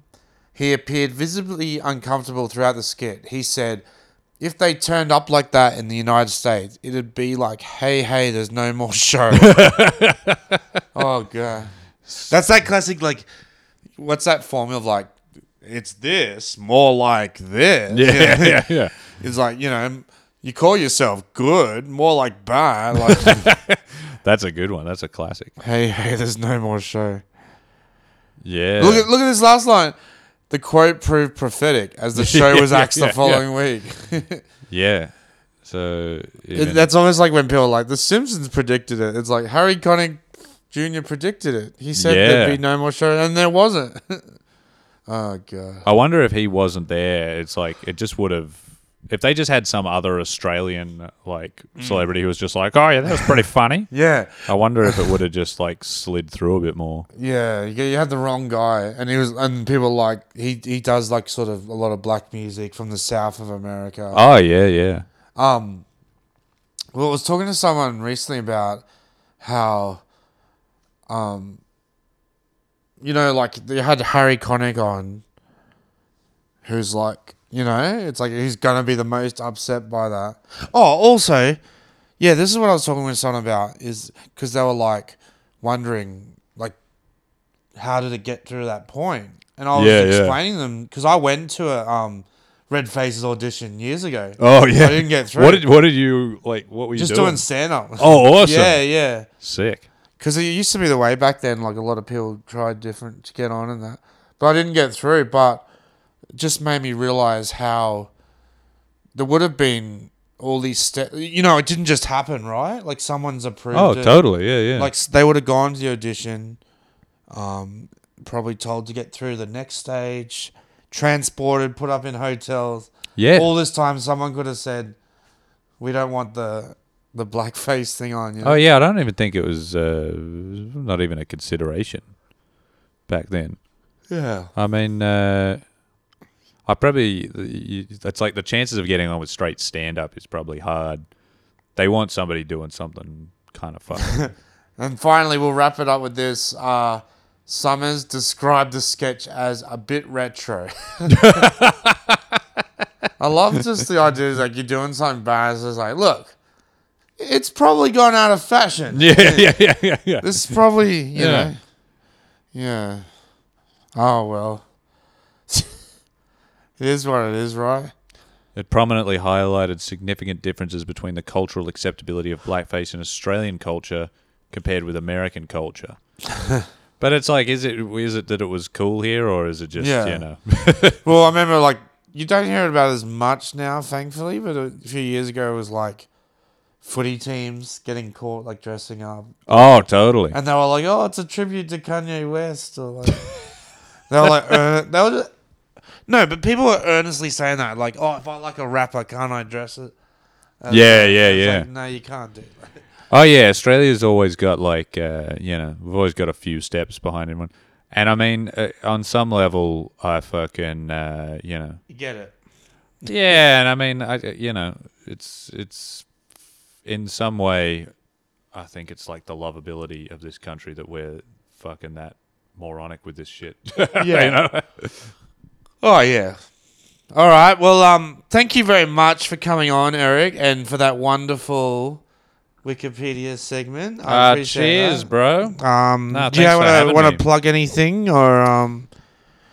Speaker 2: he appeared visibly uncomfortable throughout the skit. He said, if they turned up like that in the United States, it'd be like, hey, hey, there's no more <laughs> show. oh, God. That's that classic, like, what's that formula of like, it's this, more like this.
Speaker 3: <laughs>
Speaker 2: <laughs>
Speaker 3: Yeah, yeah, yeah.
Speaker 2: It's like, you know, you call yourself good, more like bad. Like,
Speaker 3: That's a good one. That's a classic.
Speaker 2: <laughs> hey, hey, there's no more show.
Speaker 3: Yeah.
Speaker 2: Look at look at this last line. The quote proved prophetic as
Speaker 3: <laughs>
Speaker 2: the show was
Speaker 3: Yeah,
Speaker 2: axed
Speaker 3: yeah,
Speaker 2: the following week.
Speaker 3: yeah. So yeah,
Speaker 2: It- that's almost like when people are like, The Simpsons predicted it. It's like Harry Connick Jr. predicted it. He said
Speaker 3: Yeah.
Speaker 2: there'd be no more show, and there wasn't. <laughs> oh god.
Speaker 3: I wonder if he wasn't there. It's like it just would have. If they just had some other Australian like celebrity who was just like, oh yeah, that
Speaker 2: <laughs>
Speaker 3: was pretty funny.
Speaker 2: Mm. Yeah,
Speaker 3: I wonder if it would have just like slid through a bit more.
Speaker 2: yeah. You, you had the wrong guy, and he was, and people like he he does like sort of a lot of black music from the south of America.
Speaker 3: Oh yeah, yeah.
Speaker 2: Um, well, I was talking to someone recently about how, um, you know, like they had Harry Connick on, who's like, you know, it's like he's gonna be the most upset by that. Oh, also, yeah, this is what I was talking with someone about is because they were like wondering, like, how did it get through that point? And I was
Speaker 3: Yeah, yeah.
Speaker 2: explaining them because I went to a um, Red Faces audition years ago.
Speaker 3: Oh yeah.
Speaker 2: I didn't get through.
Speaker 3: What did What did you like? What were you
Speaker 2: just doing, stand up. <laughs>
Speaker 3: Oh, awesome.
Speaker 2: Yeah, yeah.
Speaker 3: Sick.
Speaker 2: Because it used to be the way back then. Like a lot of people tried different to get on and that, but I didn't get through. But it just made me realize how there would have been all these steps. You know, it didn't just happen, right? Like someone's approved.
Speaker 3: Oh
Speaker 2: it.
Speaker 3: totally. Yeah, yeah.
Speaker 2: Like s- they would have gone to the audition, um, probably told to get through the next stage, transported, put up in hotels
Speaker 3: yeah.
Speaker 2: all this time someone could have said we don't want the the blackface thing on you
Speaker 3: Oh yeah, I don't even think it was uh, not even a consideration back then.
Speaker 2: yeah
Speaker 3: I mean, uh, I probably you- it's like the chances of getting on with straight stand up is probably hard. They want somebody doing something kind of
Speaker 2: <laughs>
Speaker 3: fun. <laughs>
Speaker 2: and finally we'll wrap it up with this uh summers described the sketch as a bit retro <laughs> i love just the idea is like you're doing something bad it's just like look it's probably gone out of fashion
Speaker 3: yeah, yeah, yeah, yeah, yeah.
Speaker 2: this is probably you
Speaker 3: <laughs> Yeah.
Speaker 2: know yeah oh well <laughs> it is what it is right
Speaker 3: It prominently highlighted significant differences between the cultural acceptability of blackface in Australian culture compared with American
Speaker 2: <laughs>
Speaker 3: culture. but it's like, is it is it that it was cool here, or is it just
Speaker 2: Yeah.
Speaker 3: you know? <laughs>
Speaker 2: Well, I remember like you don't hear it about as much now, thankfully, but a few years ago it was like footy teams getting caught like dressing up,
Speaker 3: Oh, totally.
Speaker 2: and they were like, "Oh, it's a tribute to Kanye West," or
Speaker 3: <laughs>
Speaker 2: like they were like, earn- "They were." Just, no, but people were earnestly saying that, like, "Oh, if I like a rapper, can't I dress it?" And
Speaker 3: Yeah,
Speaker 2: it's
Speaker 3: yeah,
Speaker 2: like,
Speaker 3: yeah.
Speaker 2: no, you can't do. That.
Speaker 3: Oh yeah, Australia's always got like uh, you know we've always got a few steps behind everyone, and I mean uh, on some level I fucking uh, you know
Speaker 2: You get it?
Speaker 3: yeah, and I mean I uh, you know it's it's in some way I think it's like the lovability of this country that we're fucking that moronic with this shit. <laughs>
Speaker 2: Yeah.
Speaker 3: you know?
Speaker 2: Oh yeah. All right. Well, um, thank you very much for coming on, Eric, and for that wonderful Wikipedia segment. I
Speaker 3: Uh,
Speaker 2: appreciate
Speaker 3: cheers,
Speaker 2: that.
Speaker 3: bro.
Speaker 2: Um,
Speaker 3: No,
Speaker 2: do you
Speaker 3: thanks for
Speaker 2: want to
Speaker 3: having
Speaker 2: want to
Speaker 3: me.
Speaker 2: plug anything or um?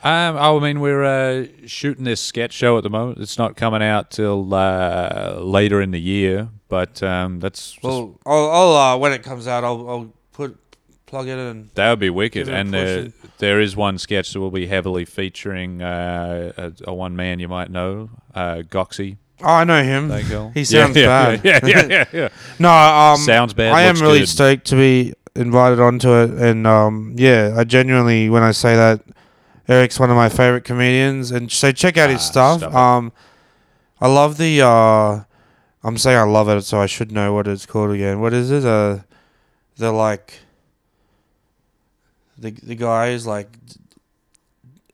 Speaker 3: Um, I mean, we're uh, shooting this sketch show at the moment. It's not coming out till uh, later in the year, but um, that's just-
Speaker 2: Well, I'll, I'll uh, when it comes out, I'll, I'll put plug it in.
Speaker 3: that would be wicked.
Speaker 2: Give it a
Speaker 3: And
Speaker 2: push
Speaker 3: there,
Speaker 2: and-
Speaker 3: there is one sketch that will be heavily featuring uh, a, a one man you might know, uh, Goxie.
Speaker 2: Oh, I know him. <laughs>
Speaker 3: They call.
Speaker 2: He sounds
Speaker 3: yeah,
Speaker 2: bad.
Speaker 3: Yeah, yeah, yeah, yeah. yeah.
Speaker 2: No, um,
Speaker 3: Sounds bad,
Speaker 2: I am
Speaker 3: looks
Speaker 2: really
Speaker 3: good.
Speaker 2: stoked to be invited onto it, and um, yeah, I genuinely, when I say that, Eric's one of my favorite comedians, and so check out his
Speaker 3: Ah,
Speaker 2: stuff.
Speaker 3: stop it.
Speaker 2: Um, I love the. Uh, I'm saying I love it, so I should know what it's called again. What is it? Uh, the like. The the guy is like.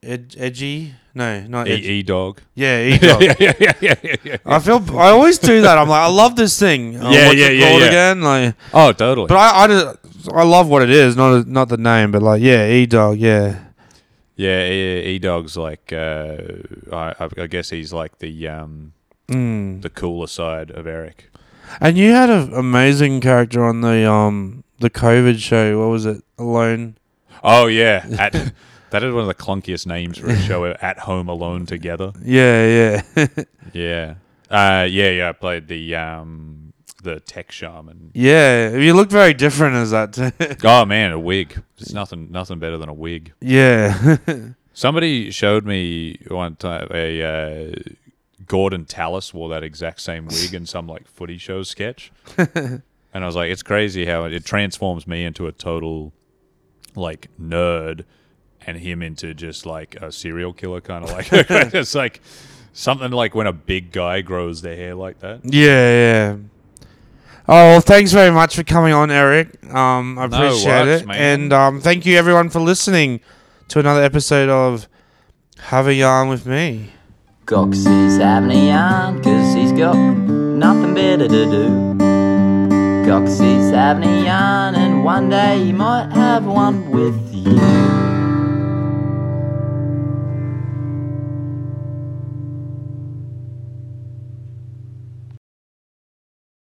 Speaker 2: Ed, edgy? No, not <laughs>
Speaker 3: E,
Speaker 2: edgy.
Speaker 3: e dog. <laughs>
Speaker 2: Yeah, e
Speaker 3: yeah, yeah, yeah, yeah, yeah, yeah.
Speaker 2: I feel I always do that. I'm like, I love this thing. Uh,
Speaker 3: Yeah,
Speaker 2: what's
Speaker 3: yeah,
Speaker 2: it
Speaker 3: yeah,
Speaker 2: called
Speaker 3: yeah.
Speaker 2: Again, like,
Speaker 3: Oh, totally.
Speaker 2: but I, I just I love what it is, not not the name, but like yeah, E Dog, yeah,
Speaker 3: Yeah, E E Dog's like uh, I, I- I guess he's like the um,
Speaker 2: mm.
Speaker 3: the cooler side of Eric.
Speaker 2: And you had an amazing character on the um the COVID show. What was it? Alone.
Speaker 3: Oh yeah, at, that is one of the clunkiest names for a show. At home alone together.
Speaker 2: Yeah, yeah, <laughs>
Speaker 3: Yeah, uh, yeah, yeah. I played the um, the tech shaman.
Speaker 2: yeah. You look very different as that. <laughs> Too.
Speaker 3: Oh man, a wig. It's nothing nothing better than a wig.
Speaker 2: yeah, <laughs>
Speaker 3: Somebody showed me one time a uh, Gordon Tallis wore that exact same wig in some like footy show sketch, and I was like, it's crazy how it, it transforms me into a total like nerd, and him into just like a serial killer kind of like <laughs> it's like something like when a big guy grows their hair like that.
Speaker 2: yeah, yeah. Oh, well, thanks very much for coming on, Eric. Um, I
Speaker 3: No
Speaker 2: appreciate
Speaker 3: worries,
Speaker 2: it,
Speaker 3: man.
Speaker 2: and um, thank you everyone for listening to another episode of Have a Yarn with Me.
Speaker 1: Goxy's having a yarn, cause he's got nothing better to do. Goxy's having a yarn, and one day he might have one with you.